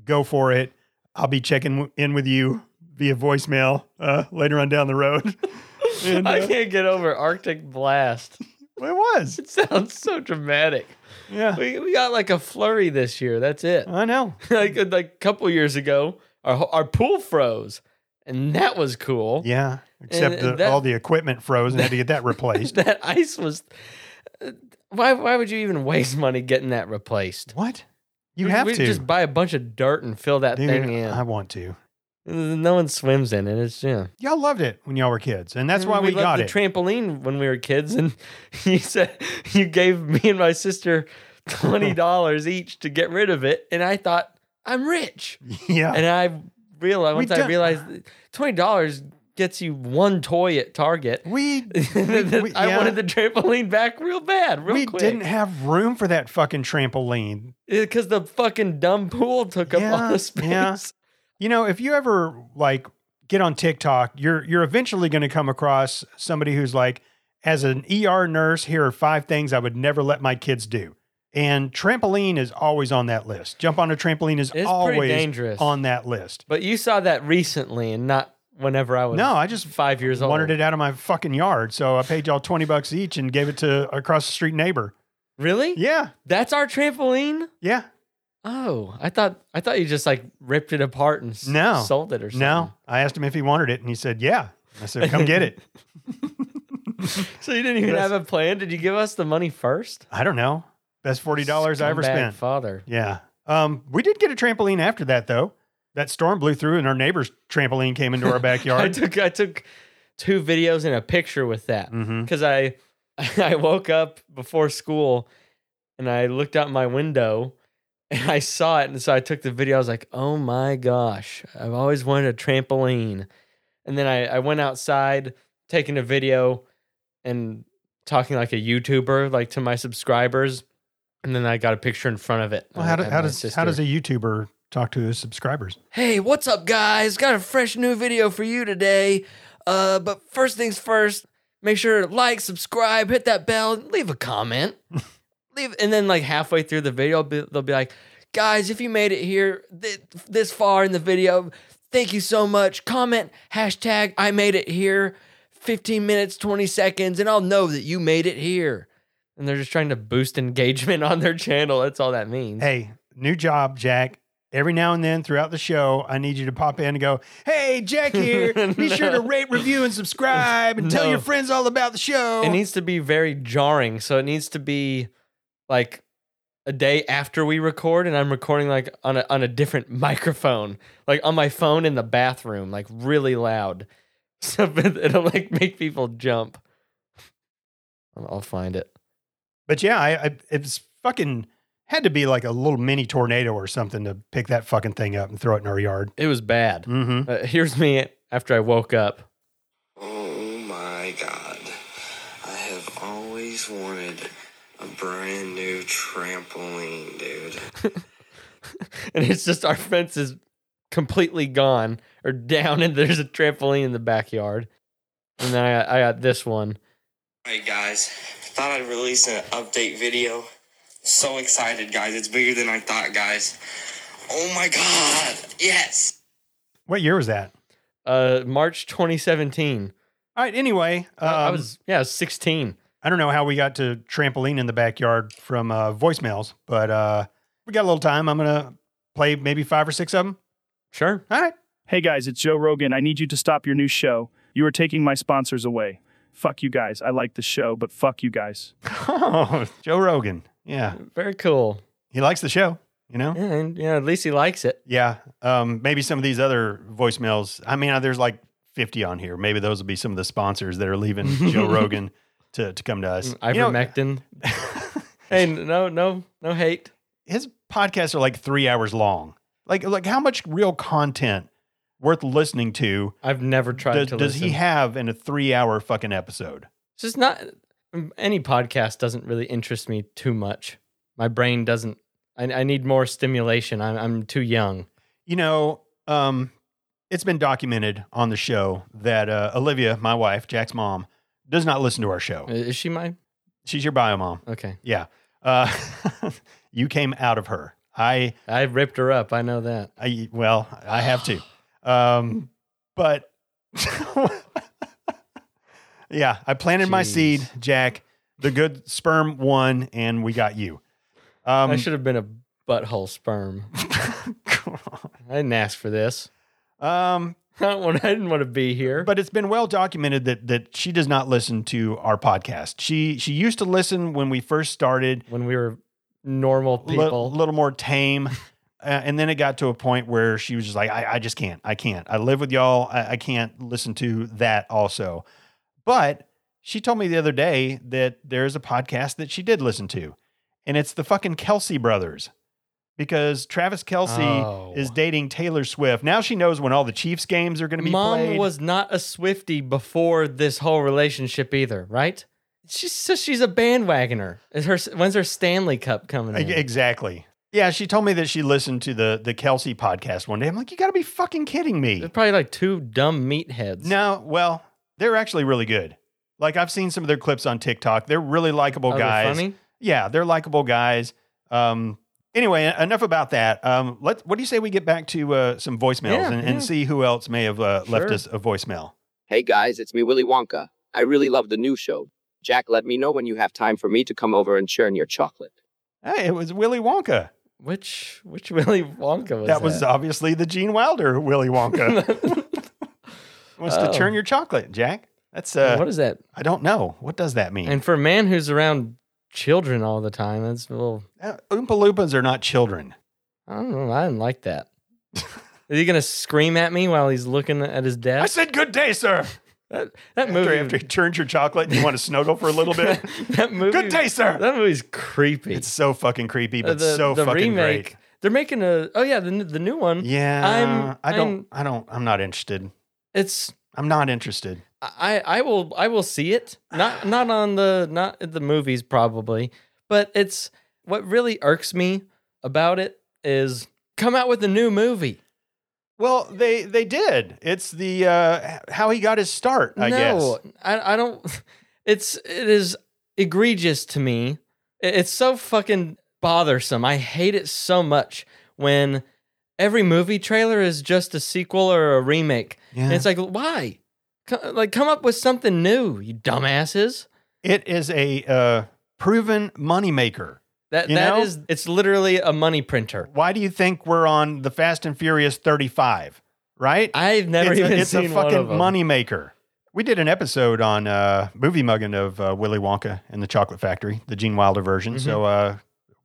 Speaker 2: Go for it. I'll be checking w- in with you via voicemail uh, later on down the road." and,
Speaker 3: I
Speaker 2: uh,
Speaker 3: can't get over Arctic blast.
Speaker 2: well, it was,
Speaker 3: It sounds so dramatic.
Speaker 2: yeah,
Speaker 3: We, we got like a flurry this year. That's it.
Speaker 2: I know.
Speaker 3: like like a couple years ago, our ho- our pool froze, and that was cool.
Speaker 2: Yeah, except
Speaker 3: and
Speaker 2: the,
Speaker 3: that-
Speaker 2: all the equipment froze and had to get that replaced.
Speaker 3: That ice was. uh, Why why would you even waste money getting that replaced?
Speaker 2: what? You
Speaker 3: We-
Speaker 2: have
Speaker 3: we
Speaker 2: to.
Speaker 3: just buy a bunch of dirt and fill that
Speaker 2: Dude,
Speaker 3: thing in.
Speaker 2: I want to.
Speaker 3: no one swims in it. It's yeah. Mm,
Speaker 2: Y'all loved it when y'all were kids, and that's why we,
Speaker 3: loved
Speaker 2: got
Speaker 3: the
Speaker 2: it.
Speaker 3: trampoline when we were kids, and you said you gave me and my sister twenty dollars each to get rid of it, and I thought I'm rich,
Speaker 2: yeah,
Speaker 3: and I realized
Speaker 2: We
Speaker 3: once I
Speaker 2: don't-
Speaker 3: realized that twenty dollars gets you one toy at Target.
Speaker 2: we we-
Speaker 3: I
Speaker 2: yeah.
Speaker 3: wanted the trampoline back real bad, real
Speaker 2: we
Speaker 3: quick.
Speaker 2: didn't have room for that fucking trampoline.
Speaker 3: because the fucking dumb pool took up all
Speaker 2: Yeah,
Speaker 3: the space.
Speaker 2: yeah. You know, if you ever like get on TikTok, you're you're eventually going to come across somebody who's like, as an ER nurse, here are five things I would never let my kids do, and trampoline is always on that list. Jump on a trampoline is
Speaker 3: It's pretty
Speaker 2: always
Speaker 3: dangerous.
Speaker 2: on that list.
Speaker 3: but you saw that recently, and not whenever I was.
Speaker 2: No, I just
Speaker 3: five years old.
Speaker 2: wanted it out of my fucking yard, so I paid y'all twenty bucks each and gave it to across the street neighbor.
Speaker 3: Really?
Speaker 2: Yeah,
Speaker 3: That's our trampoline.
Speaker 2: yeah.
Speaker 3: Oh, I thought I thought you just like ripped it apart and s-
Speaker 2: No.
Speaker 3: sold it or something.
Speaker 2: No, I asked him if he wanted it, and he said, "Yeah." I said, "Come get it."
Speaker 3: So you didn't even
Speaker 2: That's-
Speaker 3: have a plan. Did you give us the money first?
Speaker 2: I don't know. Best forty dollars I ever
Speaker 3: Scumbag
Speaker 2: spent.
Speaker 3: Father.
Speaker 2: Yeah. Um, we did get a trampoline after that, though. That storm blew through, and our neighbor's trampoline came into our
Speaker 3: I
Speaker 2: backyard.
Speaker 3: took I took two videos and a picture with that
Speaker 2: mm-hmm.
Speaker 3: because I I woke up before school and I looked out my window and I saw it and so I took the video. I was like, oh my gosh, I've always wanted a trampoline. And then I, I went outside taking a video and talking like a YouTuber, like to my subscribers. And then I got a picture in front of it.
Speaker 2: Well, how, do,
Speaker 3: of
Speaker 2: how
Speaker 3: my
Speaker 2: does
Speaker 3: sister.
Speaker 2: how does a YouTuber talk to his subscribers?
Speaker 3: Hey, what's up, guys? Got a fresh new video for you today. Uh, but first things first, make sure to like, subscribe, hit that bell, and leave a comment. leave, and then like halfway through the video, be- they'll be like, "Guys, if you made it here th- this far in the video, thank you so much. Comment hashtag I made it here, 15 minutes, 20 seconds, and I'll know that you made it here." And they're just trying to boost engagement on their channel. That's all that means.
Speaker 2: Hey, new job, Jack. Every now and then throughout the show, I need you to pop in and go, Hey, Jack here. Be sure to
Speaker 3: No.
Speaker 2: rate, review, and subscribe and tell
Speaker 3: No.
Speaker 2: your friends all about the show.
Speaker 3: it needs to be very jarring. So it needs to be like a day after we record, and I'm recording like on a on a different microphone, like on my phone in the bathroom, like really loud. So but it'll like make people jump. I'll I'll find it.
Speaker 2: But yeah, I, I it's fucking had to be like a little mini tornado or something to pick that fucking thing up and throw it in our yard.
Speaker 3: It was bad.
Speaker 2: Mm-hmm.
Speaker 3: Uh, here's me after I woke up.
Speaker 4: Oh my god. I have always wanted a brand new trampoline, dude.
Speaker 3: and it's just our fence is completely gone or down, and there's a trampoline in the backyard. And then I got, I got this one.
Speaker 4: Alright, guys. Thought I'd release an update video. So excited, guys. It's bigger than I thought, guys. Oh my god. Yes.
Speaker 2: What year was that?
Speaker 3: Uh, March 2017.
Speaker 2: All right. Anyway, um,
Speaker 3: I- I was yeah, I was 16.
Speaker 2: I don't know how we got to trampoline in the backyard from uh, voicemails, but uh, we got a little time. I'm gonna play maybe five or six of them.
Speaker 3: Sure.
Speaker 2: All right.
Speaker 5: Hey guys, it's Joe Rogan. I need you to stop your new show. You are taking my sponsors away. Fuck you guys. I like the show, but fuck you guys.
Speaker 2: Oh, Joe Rogan. Yeah,
Speaker 3: Very cool.
Speaker 2: he likes the show. You know.
Speaker 3: Yeah, and, yeah, at least he likes it.
Speaker 2: Yeah. Um, maybe some of these other voicemails. I mean, uh, there's like 50 on here. Maybe those will be some of the sponsors that are leaving Joe Rogan to to come to us. You know,
Speaker 3: Ivermectin. hey, no, no, no hate.
Speaker 2: his podcasts are like three hours long. Like like how much real content worth listening to
Speaker 3: I've never tried
Speaker 2: does,
Speaker 3: to
Speaker 2: does
Speaker 3: listen.
Speaker 2: he have in a three hour fucking episode?
Speaker 3: it's just not. any podcast doesn't really interest me too much. My brain doesn't. I, I need more stimulation. I'm, I'm too young.
Speaker 2: You know, um, it's been documented on the show that uh, Olivia, my wife, Jack's mom, does not listen to our show.
Speaker 3: I- Is she my?
Speaker 2: She's your bio mom.
Speaker 3: Okay,
Speaker 2: Yeah. Uh, you came out of her. I,
Speaker 3: I ripped her up. I know that.
Speaker 2: I well, I have to. Um, but yeah, I planted my
Speaker 3: Jeez.
Speaker 2: seed, Jack. The good sperm won, and we got you. Um,
Speaker 3: I should have been a butthole sperm. I didn't ask for this.
Speaker 2: um,
Speaker 3: I don't want. I didn't want to be here.
Speaker 2: but it's been well documented that that she does not listen to our podcast. She she used to listen when we first started,
Speaker 3: when we were normal
Speaker 2: a
Speaker 3: people,
Speaker 2: little more tame. Uh, and then it got to a point where she was just like, I, I just can't. I can't. I live with y'all. I, I can't listen to that also. But she told me the other day that there's a podcast that she did listen to, and it's the fucking Kelsey brothers because Travis Kelsey
Speaker 3: Oh.
Speaker 2: is dating Taylor Swift. Now she knows when all the Chiefs games are going to be
Speaker 3: Mom
Speaker 2: played.
Speaker 3: was not a Swifty before this whole relationship either, right? She's so she's a bandwagoner. Is her when's her Stanley Cup coming?
Speaker 2: E-
Speaker 3: in?
Speaker 2: Exactly. Yeah, she told me that she listened to the the Kelsey podcast one day. I'm like, you got to be fucking kidding me.
Speaker 3: They're probably like two dumb meatheads.
Speaker 2: No, well, they're actually really good. Like I've seen some of their clips on TikTok. They're really likable
Speaker 3: Are they
Speaker 2: guys.
Speaker 3: Oh, funny?
Speaker 2: Yeah, they're likable guys. Um, anyway, enough about that. Um, let what do you say we get back to uh, some voicemails
Speaker 3: Yeah,
Speaker 2: and,
Speaker 3: yeah.
Speaker 2: and see who else may have uh, left
Speaker 3: Sure.
Speaker 2: us a voicemail.
Speaker 6: Hey guys, it's me Willy Wonka. I really love the new show. Jack, let me know when you have time for me to come over and churn your chocolate.
Speaker 2: Hey, it was Willy Wonka.
Speaker 3: Which which Willy Wonka was
Speaker 2: that, was uh, obviously the Gene Wilder Willy Wonka wants to
Speaker 3: Oh.
Speaker 2: turn your chocolate, Jack. That's uh,
Speaker 3: what is that?
Speaker 2: I don't know. What does that mean?
Speaker 3: And for a man who's around children all the time, that's a little.
Speaker 2: Uh, Oompa Loompas are not children.
Speaker 3: I don't know. I didn't like that. Is he gonna scream at me while he's looking at his
Speaker 2: I
Speaker 3: desk?
Speaker 2: said good day, sir.
Speaker 3: That, that
Speaker 2: After,
Speaker 3: movie.
Speaker 2: after he turns your chocolate and you want to snuggle for a little bit.
Speaker 3: that movie.
Speaker 2: Good day, sir.
Speaker 3: That movie's creepy.
Speaker 2: It's so fucking creepy,
Speaker 3: Uh,
Speaker 2: but so fucking great.
Speaker 3: They're making a oh yeah the the new one.
Speaker 2: Yeah,
Speaker 3: I'm-
Speaker 2: I don't,
Speaker 3: I'm-
Speaker 2: I don't, I'm not interested.
Speaker 3: It's
Speaker 2: I'm not interested.
Speaker 3: I I will I will see it not not on the not at the movies probably, but it's what really irks me about it is come out with a new movie.
Speaker 2: Well, they they did. It's the uh, how he got his start, I
Speaker 3: no,
Speaker 2: guess.
Speaker 3: I I don't. It's it is egregious to me. It- It's so fucking bothersome. I hate it so much when every movie trailer is just a sequel or a remake.
Speaker 2: Yeah.
Speaker 3: And it's like, why? Co- Like, come up with something new, you dumbasses.
Speaker 2: It is a uh, proven moneymaker.
Speaker 3: That
Speaker 2: You
Speaker 3: that
Speaker 2: know?
Speaker 3: is, it's literally a money printer.
Speaker 2: Why do you think we're on the Fast and Furious 35? Right?
Speaker 3: I've never
Speaker 2: it's
Speaker 3: even
Speaker 2: a, it's
Speaker 3: seen
Speaker 2: a
Speaker 3: one
Speaker 2: fucking
Speaker 3: of 'em.
Speaker 2: moneymaker. We did an episode on uh, movie mugging of uh, Willy Wonka and the Chocolate Factory, the Gene Wilder version. So uh,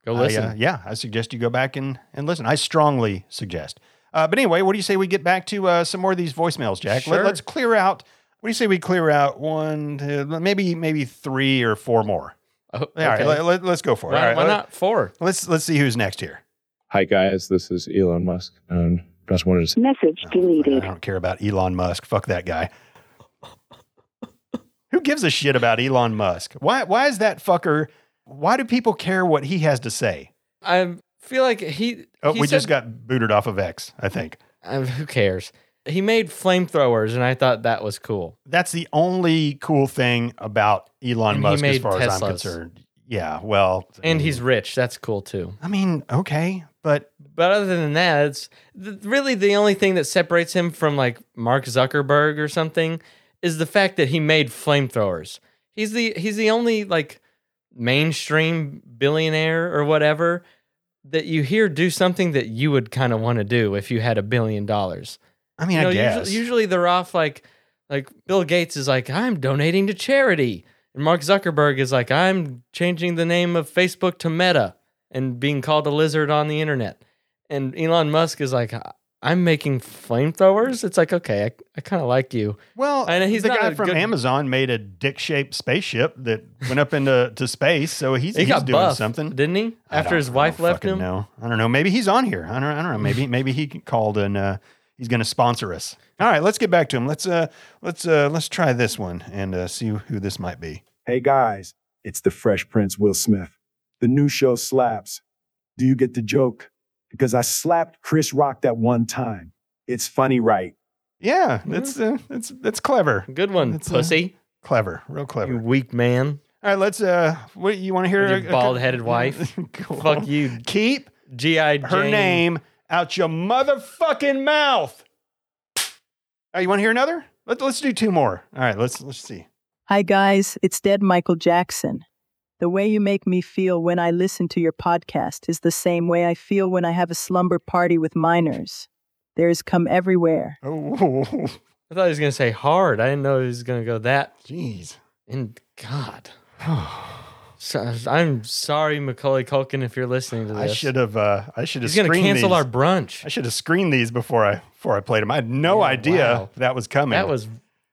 Speaker 3: Go
Speaker 2: I, uh,
Speaker 3: Mm-hmm. listen.
Speaker 2: yeah, I suggest you go back and, and listen. I strongly suggest. Uh, but anyway, what do you say we get back to uh, some more of these voicemails, Jack?
Speaker 3: Sure.
Speaker 2: Let, us clear out. What do you say we clear out one, two, maybe maybe three or four more?
Speaker 3: Oh, okay.
Speaker 2: All right, let, us go for it.
Speaker 3: why,
Speaker 2: All right,
Speaker 3: why
Speaker 2: let-
Speaker 3: not four?
Speaker 2: Let's let's see who's next here.
Speaker 7: Hi guys, this is Elon Musk, and just wanted to say
Speaker 8: Message
Speaker 2: Oh,
Speaker 8: deleted.
Speaker 2: I don't care about Elon Musk. Fuck that guy. Who gives a shit about Elon Musk? Why why is that fucker why do people care what he has to say?
Speaker 3: I feel like he.
Speaker 2: Oh,
Speaker 3: he
Speaker 2: we just
Speaker 3: said-
Speaker 2: got booted off of X, I think.
Speaker 3: Um, who cares? He made flamethrowers, and I thought that was cool.
Speaker 2: That's the only cool thing about Elon
Speaker 3: And he
Speaker 2: Musk as
Speaker 3: made
Speaker 2: far as I'm
Speaker 3: Teslas.
Speaker 2: concerned. Yeah, well,
Speaker 3: And he's rich. That's cool too.
Speaker 2: I mean, okay, but
Speaker 3: But other than that, it's th- really the only thing that separates him from like Mark Zuckerberg or something is the fact that he made flamethrowers. He's the he's the only like mainstream billionaire or whatever that you hear do something that you would kind of want to do if you had a billion dollars.
Speaker 2: I mean,
Speaker 3: You know,
Speaker 2: I guess.
Speaker 3: usually, usually they're off like like Bill Gates is like I'm donating to charity, and Mark Zuckerberg is like I'm changing the name of Facebook to Meta and being called a lizard on the internet, and Elon Musk is like I'm making flamethrowers. It's like okay, I, I kind of like you.
Speaker 2: well,
Speaker 3: I know he's
Speaker 2: the
Speaker 3: not
Speaker 2: guy
Speaker 3: a
Speaker 2: from
Speaker 3: good-
Speaker 2: Amazon made a dick-shaped spaceship that went up into to space, so he's,
Speaker 3: He
Speaker 2: he's
Speaker 3: got
Speaker 2: doing
Speaker 3: buff,
Speaker 2: something.
Speaker 3: didn't he?
Speaker 2: I
Speaker 3: After
Speaker 2: don't-
Speaker 3: his
Speaker 2: I
Speaker 3: wife
Speaker 2: don't
Speaker 3: left
Speaker 2: fucking
Speaker 3: him.
Speaker 2: know. I don't know. Maybe he's on here. I don't. I don't know. Maybe maybe he called and uh, he's going to sponsor us. All right, let's get back to him. Let's uh let's uh let's try this one and uh, see who this might be.
Speaker 8: Hey guys, it's the Fresh Prince Will Smith. The new show slaps. Do you get the joke? Because I slapped Chris Rock that one time. It's funny, right?
Speaker 2: Yeah, that's uh, that's that's clever,
Speaker 3: Good one,
Speaker 2: That's, uh,
Speaker 3: pussy.
Speaker 2: clever, real clever.
Speaker 3: you weak man.
Speaker 2: All right, let's. uh What you want to hear?
Speaker 3: Your
Speaker 2: a- a-
Speaker 3: bald-headed wife.
Speaker 2: Cool.
Speaker 3: Fuck you,
Speaker 2: Keep
Speaker 3: GI
Speaker 2: her
Speaker 3: Jane.
Speaker 2: name out your motherfucking mouth. Oh, you want to hear another? Let, let's do two more. All right, let's let's see.
Speaker 9: Hi, guys. It's Dead Michael Jackson. The way you make me feel when I listen to your podcast is the same way I feel when I have a slumber party with minors. There's come everywhere.
Speaker 2: Oh,
Speaker 3: I thought he was gonna say hard. I didn't know he was gonna go that.
Speaker 2: jeez.
Speaker 3: And God, So- I'm sorry, Macaulay Culkin, if you're listening to
Speaker 2: I
Speaker 3: this.
Speaker 2: should have. uh I should have.
Speaker 3: He's gonna
Speaker 2: screened
Speaker 3: cancel
Speaker 2: these.
Speaker 3: our brunch.
Speaker 2: I should have screened these before I before I played them. I had no
Speaker 3: Yeah,
Speaker 2: idea
Speaker 3: wow.
Speaker 2: that was coming.
Speaker 3: That was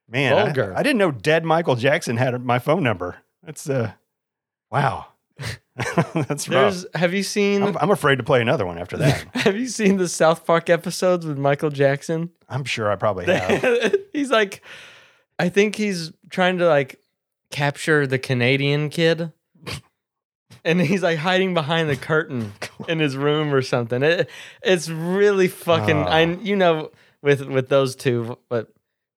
Speaker 2: man. I-
Speaker 3: vulgar.
Speaker 2: I, didn't know dead Michael Jackson had my phone number. That's uh, wow. That's rough.
Speaker 3: there's. Have you seen?
Speaker 2: I'm, I'm afraid to play another one after that.
Speaker 3: Have you seen the South Park episodes with Michael Jackson?
Speaker 2: I'm sure I probably have.
Speaker 3: he's like, I think he's trying to like capture the Canadian kid, and he's like hiding behind the curtain in his room or something. It, it's really fucking. I
Speaker 2: Ah.
Speaker 3: you know with with those two, but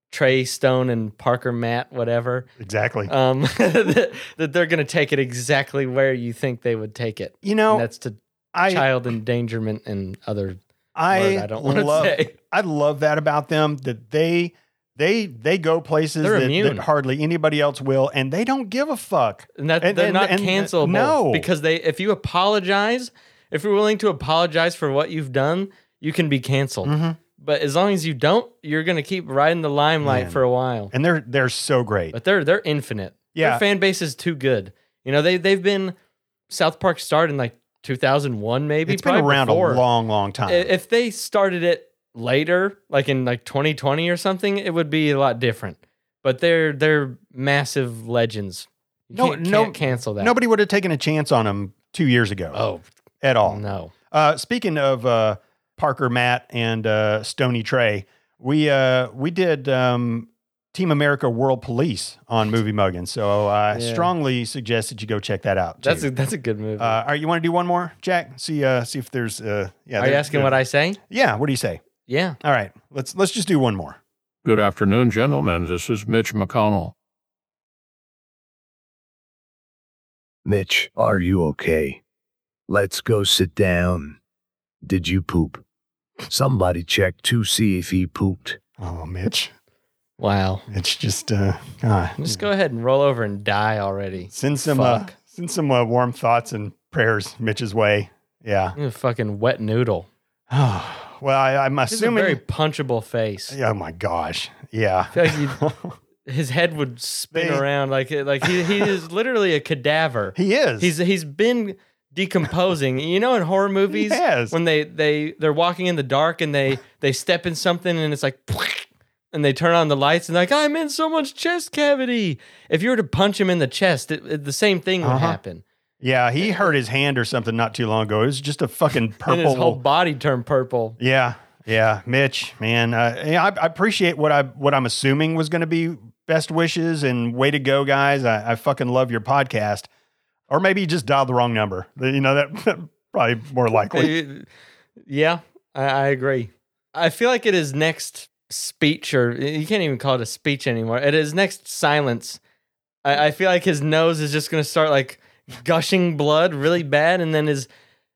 Speaker 3: Trey Stone and Parker Matt, whatever.
Speaker 2: exactly.
Speaker 3: Um, that, that they're gonna take it exactly where you think they would take it.
Speaker 2: you
Speaker 3: And
Speaker 2: know,
Speaker 3: that's to
Speaker 2: I
Speaker 3: child endangerment and other
Speaker 2: I,
Speaker 3: word I don't wanna
Speaker 2: love
Speaker 3: say.
Speaker 2: I love that about them that they they they go places
Speaker 3: They're
Speaker 2: that,
Speaker 3: immune.
Speaker 2: that hardly anybody else will, and they don't give a fuck.
Speaker 3: And that
Speaker 2: And-
Speaker 3: they're
Speaker 2: and-
Speaker 3: not
Speaker 2: and-
Speaker 3: cancelable.
Speaker 2: no.
Speaker 3: because they if you apologize, if you're willing to apologize for what you've done, you can be canceled.
Speaker 2: Mhm.
Speaker 3: But as long as you don't, you're gonna keep riding the limelight
Speaker 2: Man.
Speaker 3: for a while.
Speaker 2: And they're they're so great.
Speaker 3: But they're they're infinite.
Speaker 2: Yeah.
Speaker 3: Their fan base is too good. You know, they they've been South Park started in like 2001 maybe.
Speaker 2: it's been
Speaker 3: probably
Speaker 2: around
Speaker 3: before.
Speaker 2: a long, long time.
Speaker 3: I- If they started it later, like in like 2020 or something, it would be a lot different. But they're they're massive legends. You
Speaker 2: No,
Speaker 3: can't,
Speaker 2: no-
Speaker 3: can't cancel that.
Speaker 2: Nobody would have taken a chance on them two years ago
Speaker 3: Oh
Speaker 2: at all.
Speaker 3: no.
Speaker 2: Uh, speaking of uh, Parker, Matt, and uh, Stony Trey, we uh, we did um, Team America World Police on Movie Muggin, so I
Speaker 3: Yeah.
Speaker 2: strongly suggest that you go check that out.
Speaker 3: That's
Speaker 2: too.
Speaker 3: a, that's a good movie.
Speaker 2: uh, all right. You want to do one more, Jack? See uh, see if there's uh, yeah.
Speaker 3: Are you asking what I say?
Speaker 2: Yeah. What do you say?
Speaker 3: Yeah.
Speaker 2: All right. Let's let's just do one more.
Speaker 10: Good afternoon, gentlemen. This is Mitch McConnell.
Speaker 11: Mitch, are you okay? Let's go sit down. Did you poop? Somebody check to see if he pooped.
Speaker 2: Oh, Mitch,
Speaker 3: Wow.
Speaker 2: it's just uh, God.
Speaker 3: Just go ahead and roll over and die already.
Speaker 2: send some uh,
Speaker 3: Fuck.
Speaker 2: send some uh, warm thoughts and prayers Mitch's way. Yeah.
Speaker 3: You fucking wet noodle.
Speaker 2: well, I, I'm
Speaker 3: He's
Speaker 2: assuming.
Speaker 3: a very punchable face.
Speaker 2: Oh my gosh. Yeah.
Speaker 3: I feel like you'd- his head would spin
Speaker 2: They-
Speaker 3: around like like he, he is literally a cadaver.
Speaker 2: He is.
Speaker 3: He's he's been decomposing. you know, in horror movies,
Speaker 2: Yes.
Speaker 3: when they they they're walking in the dark and they they step in something and it's like, and they turn on the lights and like I'm in someone's chest cavity. If you were to punch him in the chest, it, it- the same thing would
Speaker 2: Uh-huh.
Speaker 3: happen.
Speaker 2: yeah, he hurt his hand or something not too long ago. It was just a fucking
Speaker 3: And his
Speaker 2: purple.
Speaker 3: whole body turned purple.
Speaker 2: Yeah. Yeah, Mitch, man, uh, yeah, I, I appreciate what I what I'm assuming was going to be best wishes and way to go, guys. I, I fucking love your podcast, or maybe you just dialed the wrong number. You know that probably more likely.
Speaker 3: Uh, yeah, I, I agree. I feel like it is next speech, or you can't even call it a speech anymore. It is next silence. I, I feel like his nose is just gonna start like gushing blood really bad, and then his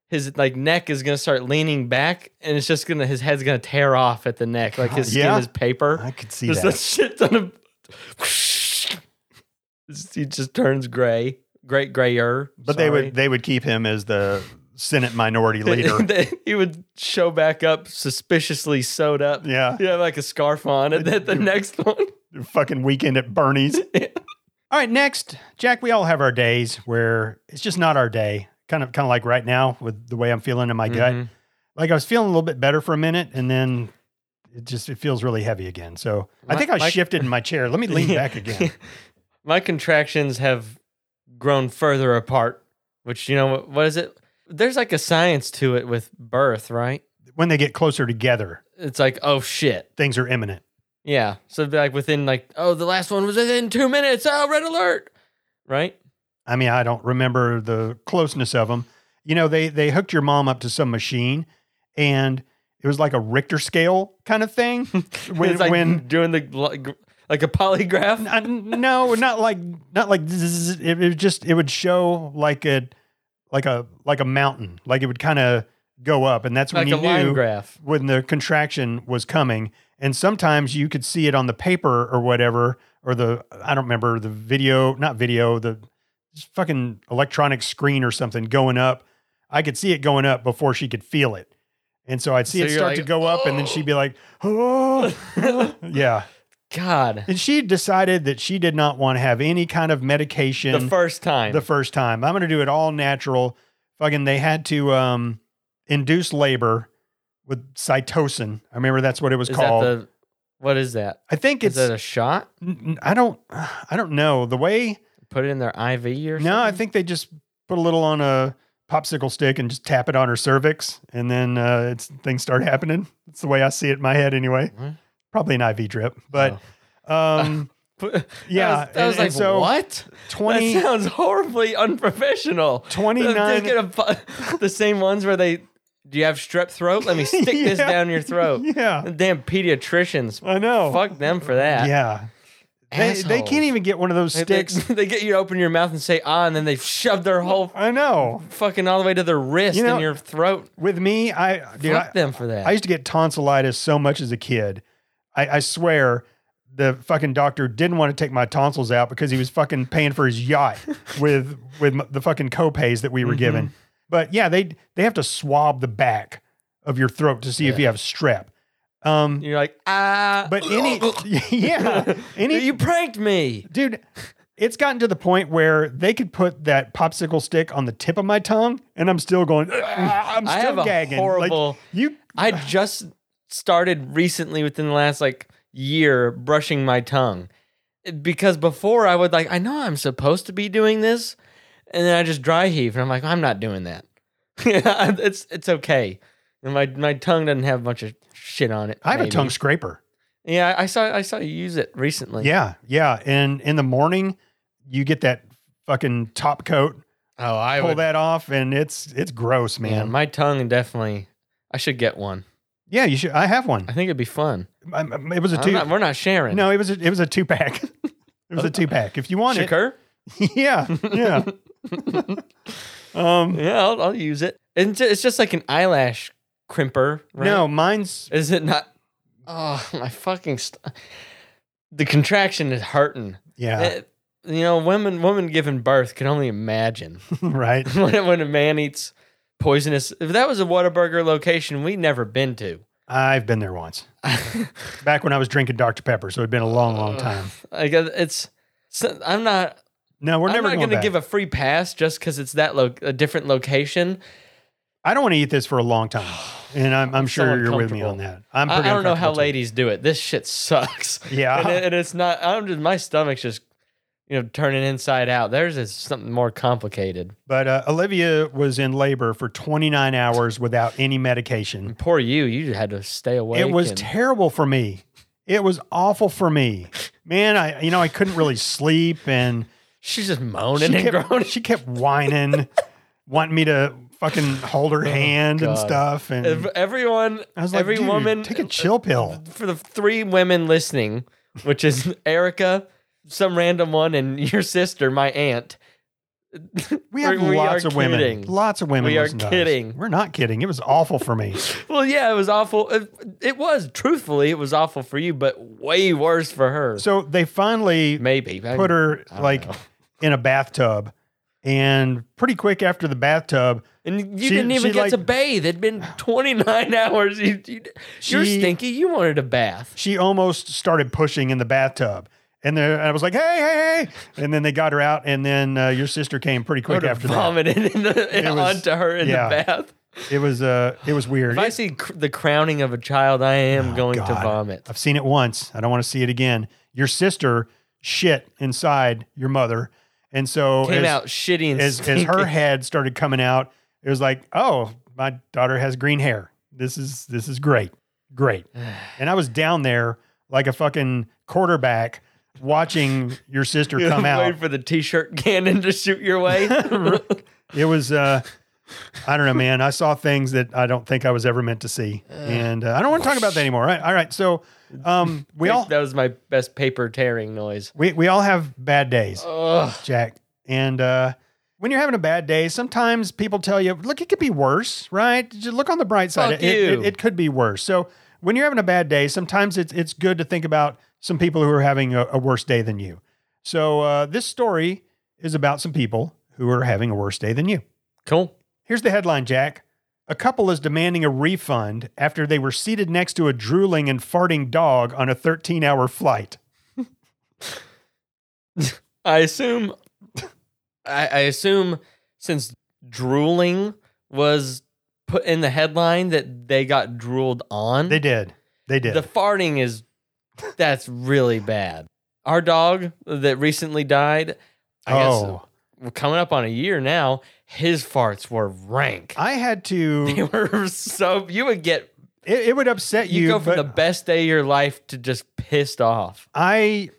Speaker 3: his like neck is gonna start leaning back, and it's just gonna his head's gonna tear off at the neck, like his skin
Speaker 2: Yeah.
Speaker 3: is paper.
Speaker 2: I could see
Speaker 3: Just
Speaker 2: that.
Speaker 3: that shit ton of. He just turns gray, gray, grayer.
Speaker 2: but they
Speaker 3: sorry.
Speaker 2: would they would keep him as the Senate minority leader.
Speaker 3: They- he would show back up suspiciously sewed up.
Speaker 2: yeah,
Speaker 3: You have like a scarf on, and then the next one.
Speaker 2: fucking weekend at Bernie's. all right, next, Jack. We all have our days where it's just not our day. Kind of, kind of like right now with the way I'm feeling in my gut.
Speaker 3: Mhm.
Speaker 2: Like I was feeling a little bit better for a minute, and then it just it feels really heavy again. So I
Speaker 3: My-
Speaker 2: think I
Speaker 3: my-
Speaker 2: shifted in my chair. Let me lean back again.
Speaker 3: My contractions have grown further apart, which you know what- what is it? There's like a science to it with birth, right?
Speaker 2: When they get closer together,
Speaker 3: It's like oh shit,
Speaker 2: things are imminent.
Speaker 3: yeah. So it'd be like within like oh the last one was within two minutes. Oh red alert, right?
Speaker 2: I mean, I don't remember the closeness of them. You know, they they hooked your mom up to some machine, and it was like a Richter scale kind of thing.
Speaker 3: When, it's like doing the like, like a polygraph.
Speaker 2: no, not like not like zzz, it, it just it would show like a like a like a mountain, like it would kind of go up, and that's when
Speaker 3: Like
Speaker 2: you
Speaker 3: a line
Speaker 2: knew
Speaker 3: graph.
Speaker 2: when the contraction was coming. And sometimes you could see it on the paper or whatever, or the I don't remember the video, not video, the fucking electronic screen or something going up. I could see it going up before she could feel it. And so I'd see
Speaker 3: So
Speaker 2: it
Speaker 3: you're
Speaker 2: start
Speaker 3: like,
Speaker 2: to go up, and then she'd be like, oh, yeah.
Speaker 3: God.
Speaker 2: And she decided that she did not want to have any kind of medication
Speaker 3: The first time.
Speaker 2: the first time. I'm going to do it all natural. Fucking, they had to um, induce labor with cytocin. I remember that's what it was
Speaker 3: is
Speaker 2: called.
Speaker 3: that the what is that?
Speaker 2: I think
Speaker 3: Is
Speaker 2: it's-
Speaker 3: that a shot?
Speaker 2: N- I don't, I don't know the way.
Speaker 3: Put it in their IV or something?
Speaker 2: No, I think they just put a little on a popsicle stick and just tap it on her cervix, and then uh, it's things start happening. That's the way I see it in my head, anyway.
Speaker 3: What?
Speaker 2: Probably an IV drip, but um, yeah.
Speaker 3: I was, I was like, what?
Speaker 2: 20
Speaker 3: That sounds horribly unprofessional.
Speaker 2: 29
Speaker 3: They're gonna fu- the same ones where they, do you have strep throat? Let me stick this
Speaker 2: Yeah.
Speaker 3: down your throat.
Speaker 2: Yeah.
Speaker 3: The damn pediatricians.
Speaker 2: I know.
Speaker 3: Fuck them for that.
Speaker 2: Yeah. They, they can't
Speaker 3: Assholes.
Speaker 2: even get one of those
Speaker 3: They-
Speaker 2: sticks.
Speaker 3: They, they get you to open your mouth and say ah, and then they shove their whole
Speaker 2: I know
Speaker 3: fucking all the way to their wrist
Speaker 2: You know,
Speaker 3: in your throat.
Speaker 2: With me, I dude,
Speaker 3: Fuck
Speaker 2: I,
Speaker 3: them for that.
Speaker 2: I used to get tonsillitis so much as a kid. I, I swear, the fucking doctor didn't want to take my tonsils out because he was fucking paying for his yacht with with m- the fucking copays that we
Speaker 3: Mm-hmm.
Speaker 2: were given. But yeah, they they have to swab the back of your throat to see if you have strep. Um,
Speaker 3: You're like ah,
Speaker 2: but any yeah, any
Speaker 3: you pranked me.
Speaker 2: dude it's gotten to the point where they could put that popsicle stick on the tip of my tongue and i'm still going "Ugh," i'm still
Speaker 3: I have a
Speaker 2: gagging
Speaker 3: horrible.
Speaker 2: like, you
Speaker 3: I just started recently within the last like year brushing my tongue because before I would like I know I'm supposed to be doing this, and then I just dry heave and I'm like I'm not doing that. it's it's okay. And my my tongue doesn't have a bunch of shit on it.
Speaker 2: i have a
Speaker 3: maybe.
Speaker 2: tongue scraper
Speaker 3: Yeah, I saw I saw you use it recently.
Speaker 2: yeah yeah and in the morning you get that fucking top coat
Speaker 3: Oh, I
Speaker 2: pull
Speaker 3: would.
Speaker 2: that off and it's it's gross
Speaker 3: man,
Speaker 2: man
Speaker 3: my tongue definitely. I should get one.
Speaker 2: yeah you should i have one
Speaker 3: I think it'd be fun.
Speaker 2: I- I- it was a
Speaker 3: I'm
Speaker 2: two
Speaker 3: not- we're not sharing.
Speaker 2: no it was a, it was a two pack it was a two pack if you want it
Speaker 3: Shakur?
Speaker 2: yeah yeah um
Speaker 3: Yeah, I'll, I'll use it. It's ju- it's just like an eyelash crimper. Right?
Speaker 2: no mine's
Speaker 3: Is it not? Oh, my fucking. St- the contraction is hurting.
Speaker 2: yeah
Speaker 3: Eh, you know, women women giving birth can only imagine
Speaker 2: right
Speaker 3: when, when a man eats poisonous. If that was a Whataburger location we'd never been to,
Speaker 2: I've been there once. Back when I was drinking Dr. Pepper, so it'd been a long, long time.
Speaker 3: like uh, it's. so- I'm not.
Speaker 2: No, we're
Speaker 3: I'm
Speaker 2: never
Speaker 3: not
Speaker 2: going
Speaker 3: gonna
Speaker 2: to
Speaker 3: give a free pass just because it's that lo- a different location.
Speaker 2: I don't want to eat this for a long time, and I'm, I'm sure you're with me on that. I'm
Speaker 3: I-
Speaker 2: pretty.
Speaker 3: I don't know how
Speaker 2: uncomfortable
Speaker 3: ladies do it. This shit sucks.
Speaker 2: Yeah.
Speaker 3: and, it- and it's not. I'm just my stomach's just you know turning inside out. There's is something more complicated.
Speaker 2: too. But uh, Olivia was in labor for 29 hours without any medication.
Speaker 3: Poor you. You had to stay away.
Speaker 2: It was terrible for me. It was awful for me, man. I you know I couldn't really sleep, and
Speaker 3: She's just
Speaker 2: she
Speaker 3: moaning and
Speaker 2: kept,
Speaker 3: groaning.
Speaker 2: she kept whining, wanting me to fucking hold her hand and
Speaker 3: Oh, God.
Speaker 2: stuff. And
Speaker 3: Ev- Everyone,
Speaker 2: I was like,
Speaker 3: every
Speaker 2: "Dude,
Speaker 3: woman,
Speaker 2: take a chill pill.
Speaker 3: for the three women listening, which is Erica, some random one, and your sister, my aunt.
Speaker 2: We have
Speaker 3: We- we
Speaker 2: lots
Speaker 3: are
Speaker 2: of women.
Speaker 3: kidding.
Speaker 2: Lots of women.
Speaker 3: We are
Speaker 2: listen to us.
Speaker 3: kidding.
Speaker 2: We're not kidding. It was awful for me.
Speaker 3: Well, yeah, it was awful. It, it was truthfully, it was awful for you, but way worse for her.
Speaker 2: so they finally
Speaker 3: Maybe I-
Speaker 2: put her
Speaker 3: don't
Speaker 2: like
Speaker 3: know.
Speaker 2: in a bathtub, and pretty quick after the bathtub,
Speaker 3: And you
Speaker 2: She-
Speaker 3: didn't even
Speaker 2: she,
Speaker 3: get to
Speaker 2: like-
Speaker 3: bathe. It'd been 29 hours. You, you, you're
Speaker 2: She-
Speaker 3: stinky. You wanted a bath.
Speaker 2: she almost started pushing in the bathtub. And then I was like, "Hey, hey, hey!" And then they got her out, and then uh, your sister came pretty quick
Speaker 3: Would've
Speaker 2: after that.
Speaker 3: vomited in the,
Speaker 2: It was-
Speaker 3: onto her in
Speaker 2: yeah.
Speaker 3: the bath.
Speaker 2: It was uh, it was weird.
Speaker 3: If I
Speaker 2: It-
Speaker 3: see cr- the crowning of a child, I am going to
Speaker 2: Oh, God.
Speaker 3: vomit.
Speaker 2: I've seen it once. I don't want to see it again. Your sister shit inside your mother, and so
Speaker 3: Came
Speaker 2: as-
Speaker 3: out shitty and
Speaker 2: as as
Speaker 3: stinky.
Speaker 2: her head started coming out, it was like, oh, my daughter has green hair. This is this is great, great. and I was down there like a fucking quarterback, watching your sister
Speaker 3: You
Speaker 2: come out.
Speaker 3: Wait for the t-shirt cannon to shoot your way.
Speaker 2: It was, uh, I don't know, man. I saw things that I don't think I was ever meant to see, and uh, I don't want to talk about that anymore. All right, all right. So, um, we all
Speaker 3: that was my best paper tearing noise.
Speaker 2: we we all have bad days,
Speaker 3: Ugh.
Speaker 2: Jack. And uh, when you're having a bad day, sometimes people tell you, "Look, it could be worse, right? Just look on the bright side.
Speaker 3: Fuck
Speaker 2: it, it-
Speaker 3: you.
Speaker 2: it could be worse." So, when you're having a bad day, sometimes it's it's good to think about some people who are having a, a worse day than you. So, uh, this story is about some people who are having a worse day than you.
Speaker 3: Cool.
Speaker 2: Here's the headline, Jack. A couple is demanding a refund after they were seated next to a drooling and farting dog on a 13 hour flight.
Speaker 3: I assume. I, I assume since drooling was put in the headline that they got drooled on.
Speaker 2: They did. They did.
Speaker 3: Hmm? The farting is that's really bad. Our dog that recently died. I
Speaker 2: Oh.
Speaker 3: guess we're coming up on a year now. His farts were rank.
Speaker 2: I had to.
Speaker 3: They were so you would get
Speaker 2: It, it would upset
Speaker 3: you,
Speaker 2: you.
Speaker 3: go from
Speaker 2: but
Speaker 3: the best day of your life to just pissed off.
Speaker 2: I,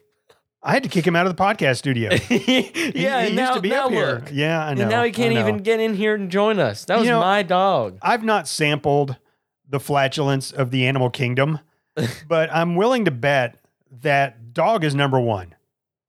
Speaker 2: I had to kick him out of the podcast studio.
Speaker 3: yeah,
Speaker 2: he
Speaker 3: and
Speaker 2: used
Speaker 3: now,
Speaker 2: to be
Speaker 3: now
Speaker 2: up here.
Speaker 3: look.
Speaker 2: Yeah, I know,
Speaker 3: And now he
Speaker 2: I
Speaker 3: can't
Speaker 2: know.
Speaker 3: even get in here and join us. That
Speaker 2: You
Speaker 3: was
Speaker 2: know-
Speaker 3: my dog.
Speaker 2: I've not sampled the flatulence of the animal kingdom, but I'm willing to bet that dog is number one.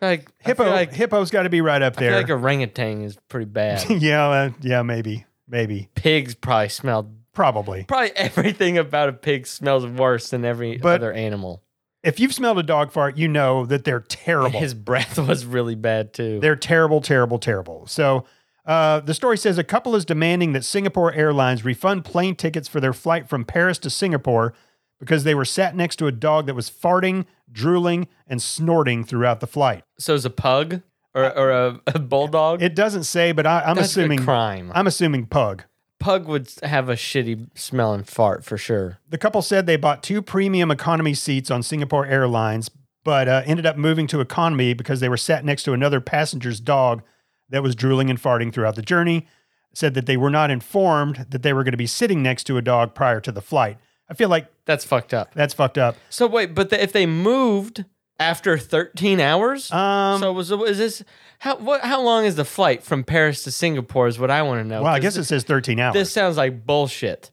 Speaker 3: Like I feel
Speaker 2: Hippo,
Speaker 3: like,
Speaker 2: hippo's got to be right up
Speaker 3: I feel
Speaker 2: there.
Speaker 3: like orangutan is pretty bad.
Speaker 2: yeah, uh, yeah, maybe, maybe,
Speaker 3: Pigs probably smell.
Speaker 2: probably.
Speaker 3: Probably everything about a pig smells worse than every
Speaker 2: But-
Speaker 3: other animal.
Speaker 2: If you've smelled a dog fart, you know that they're terrible.
Speaker 3: His breath was really bad too.
Speaker 2: They're terrible, terrible, terrible. So uh, the story says a couple is demanding that Singapore Airlines refund plane tickets for their flight from Paris to Singapore because they were sat next to a dog that was farting, drooling, and snorting throughout the flight.
Speaker 3: so is a pug or, or a, a bulldog.
Speaker 2: It doesn't say, but I, I'm
Speaker 3: That's
Speaker 2: assuming
Speaker 3: a crime.
Speaker 2: I'm assuming pug.
Speaker 3: pug would have a shitty smelling fart for sure.
Speaker 2: The couple said they bought two premium economy seats on Singapore Airlines, but uh, ended up moving to economy because they were sat next to another passenger's dog that was drooling and farting throughout the journey. Said that they were not informed that they were going to be sitting next to a dog prior to the flight. I feel like
Speaker 3: That's fucked up.
Speaker 2: that's fucked up.
Speaker 3: So wait, but the, if they moved after 13 hours,
Speaker 2: Um,
Speaker 3: so was is this how what how long is the flight from Paris to Singapore is what I want to know.
Speaker 2: well, I
Speaker 3: 'cause
Speaker 2: guess it says 13 hours.
Speaker 3: this sounds like bullshit.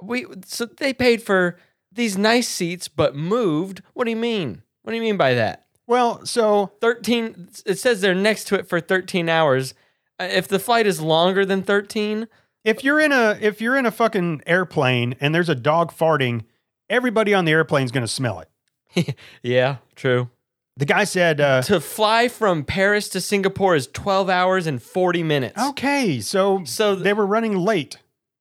Speaker 3: We so they paid for these nice seats but moved. What do you mean? What do you mean by that?
Speaker 2: well, so
Speaker 3: 13 it says they're next to it for 13 hours. Uh, If the flight is longer than 13,
Speaker 2: if you're in a if you're in a fucking airplane and there's a dog farting, everybody on the airplane's going to smell it.
Speaker 3: yeah, true.
Speaker 2: The guy said, uh,
Speaker 3: To fly from Paris to Singapore is 12 hours and 40 minutes.
Speaker 2: Oh, "Okay, so
Speaker 3: So th-
Speaker 2: they were running late."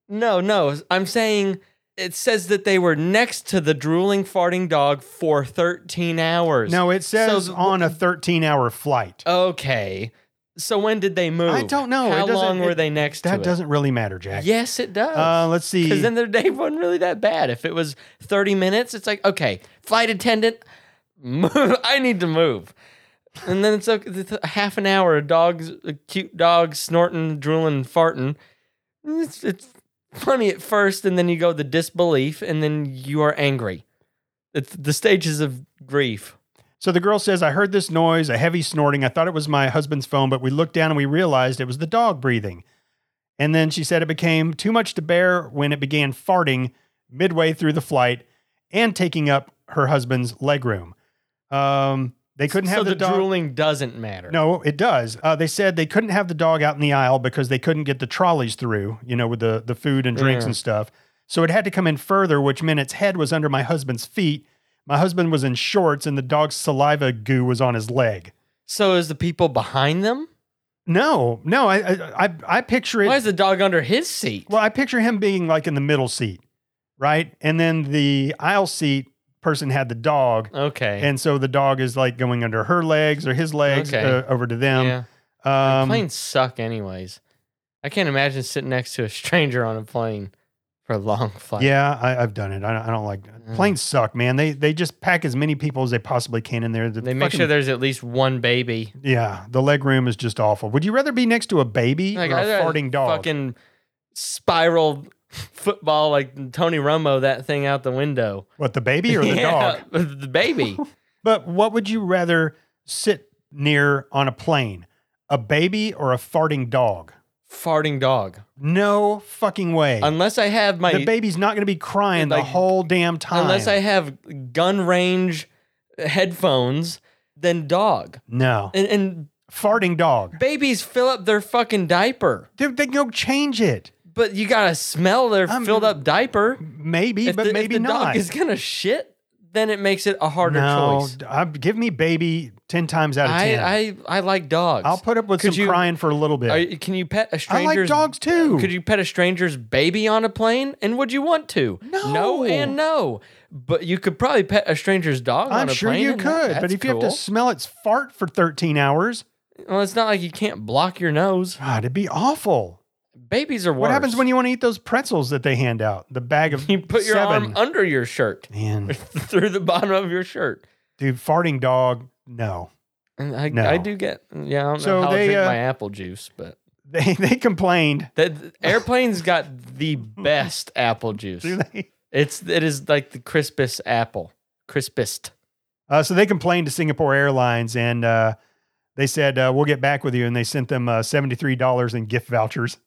Speaker 3: No, no. I'm saying it says that they were next to the drooling farting dog for 13 hours.
Speaker 2: No, it says
Speaker 3: So-
Speaker 2: on a 13 hour flight.
Speaker 3: Okay. So when did they move?
Speaker 2: I don't know.
Speaker 3: Oh. How
Speaker 2: It doesn't-
Speaker 3: long were
Speaker 2: it-
Speaker 3: they next to
Speaker 2: That
Speaker 3: it?
Speaker 2: doesn't really matter, Jack.
Speaker 3: Yes, it does.
Speaker 2: Uh, let's
Speaker 3: Because
Speaker 2: see.
Speaker 3: then their day wasn't really that bad. If it was 30 minutes, it's like, okay, flight attendant, move. I need to move. And then it's like it's a half an hour, a dog's a cute dog snorting, drooling, farting. It's, it's funny at first, and then you go the disbelief, and then you are angry. It's the stages of grief.
Speaker 2: so the girl says, I heard this noise, a heavy snorting. I thought it was my husband's phone, but we looked down and we realized it was the dog breathing. And then she said it became too much to bear when it began farting midway through the flight and taking up her husband's legroom. Um, they couldn't
Speaker 3: so
Speaker 2: have the,
Speaker 3: the,
Speaker 2: dog.
Speaker 3: drooling doesn't matter.
Speaker 2: No, it does. Uh, they said they couldn't have the dog out in the aisle because they couldn't get the trolleys through, you know, with the, the food and drinks
Speaker 3: Yeah.
Speaker 2: and stuff. So it had to come in further, which meant its head was under my husband's feet. My husband was in shorts and the dog's saliva goo was on his leg.
Speaker 3: So is the people behind them?
Speaker 2: No, no, I I I, I picture it.
Speaker 3: Why is the dog under his seat?
Speaker 2: well, I picture him being like in the middle seat, right? And then the aisle seat person had the dog.
Speaker 3: Okay.
Speaker 2: And so the dog is like going under her legs or his legs
Speaker 3: Okay.
Speaker 2: uh, over to
Speaker 3: yeah.
Speaker 2: them.
Speaker 3: I mean,
Speaker 2: Um,
Speaker 3: planes suck, anyways. I can't imagine sitting next to a stranger on a plane for a long flight.
Speaker 2: Yeah, I, I've done it. I don't, I don't like planes. Suck, man. They they just pack as many people as they possibly can in there. The
Speaker 3: they make
Speaker 2: fucking-
Speaker 3: sure there's at least one baby.
Speaker 2: yeah, the leg room is just awful. Would you rather be next to a baby
Speaker 3: Like
Speaker 2: or a
Speaker 3: I'd rather
Speaker 2: farting dog?
Speaker 3: Fucking spiral football like Tony Romo that thing out the window.
Speaker 2: what the baby or the dog?
Speaker 3: The baby.
Speaker 2: But what would you rather sit near on a plane? A baby or a farting dog?
Speaker 3: Farting dog.
Speaker 2: No fucking way.
Speaker 3: Unless I have my
Speaker 2: the baby's not going to be crying
Speaker 3: Like,
Speaker 2: the whole damn time.
Speaker 3: unless I have gun range headphones, then dog.
Speaker 2: no
Speaker 3: And, and
Speaker 2: farting dog.
Speaker 3: babies fill up their fucking diaper,
Speaker 2: Dude, they can go change it.
Speaker 3: but you gotta smell their
Speaker 2: I'm-
Speaker 3: filled up diaper.
Speaker 2: Maybe,
Speaker 3: If
Speaker 2: but
Speaker 3: the, if
Speaker 2: maybe
Speaker 3: the
Speaker 2: not.
Speaker 3: dog is gonna shit, then it makes it a harder
Speaker 2: no,
Speaker 3: choice.
Speaker 2: d- I- give me baby ten times out of ten. I,
Speaker 3: I, I I like dogs.
Speaker 2: will put up with
Speaker 3: Could
Speaker 2: some
Speaker 3: you-
Speaker 2: crying for a little bit.
Speaker 3: Are you- can you pet a
Speaker 2: I like
Speaker 3: stranger's?
Speaker 2: dogs too.
Speaker 3: Could you pet a stranger's baby on a plane? And would you want to? No, and no. But you could probably pet a stranger's dog
Speaker 2: I'm
Speaker 3: on a
Speaker 2: sure
Speaker 3: plane.
Speaker 2: you
Speaker 3: and
Speaker 2: could,
Speaker 3: that-
Speaker 2: but
Speaker 3: that's
Speaker 2: if you have
Speaker 3: cool.
Speaker 2: to smell its fart for 13 hours,
Speaker 3: well, it's not like you can't block your nose.
Speaker 2: God, it'd be awful.
Speaker 3: Babies are worse.
Speaker 2: What happens when you want to eat those pretzels that they hand out? The bag of
Speaker 3: you put your
Speaker 2: seven.
Speaker 3: arm under your shirt
Speaker 2: Man,
Speaker 3: through the bottom of your shirt?
Speaker 2: dude, farting dog. No,
Speaker 3: And I,
Speaker 2: No.
Speaker 3: I do get yeah. I don't
Speaker 2: So
Speaker 3: know how
Speaker 2: they,
Speaker 3: I drink
Speaker 2: uh,
Speaker 3: my apple juice, but
Speaker 2: they they complained.
Speaker 3: that airplanes got the best apple juice.
Speaker 2: Do they?
Speaker 3: It's it is like the crispest apple, crispest.
Speaker 2: Uh, so they complained to Singapore Airlines, and uh, they said uh, we'll get back with you. And they sent them uh, seventy three dollars in gift vouchers.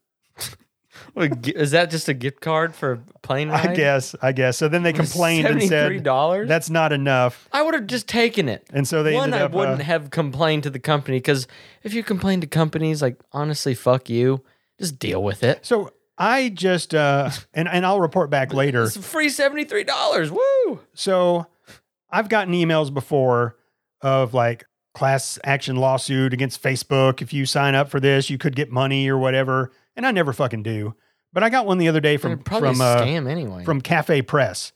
Speaker 3: What, gi- is that just a gift card for a plane ride?
Speaker 2: I guess. I guess. So then they complained and
Speaker 3: Seventy-three
Speaker 2: said
Speaker 3: dollars.
Speaker 2: that's not enough.
Speaker 3: I would have just taken it.
Speaker 2: And so they
Speaker 3: One,
Speaker 2: ended up.
Speaker 3: I wouldn't
Speaker 2: uh,
Speaker 3: have complained to the company because if you complain to companies, like honestly, fuck you. Just deal with it.
Speaker 2: so I just uh, and and I'll report back later.
Speaker 3: It's free seventy three dollars. Woo!
Speaker 2: So I've gotten emails before of like class action lawsuit against Facebook. If you sign up for this, you could get money or whatever. And I never fucking do. But I got one the other day
Speaker 3: From
Speaker 2: from
Speaker 3: probably
Speaker 2: from
Speaker 3: a
Speaker 2: uh,
Speaker 3: scam anyway.
Speaker 2: from Cafe Press,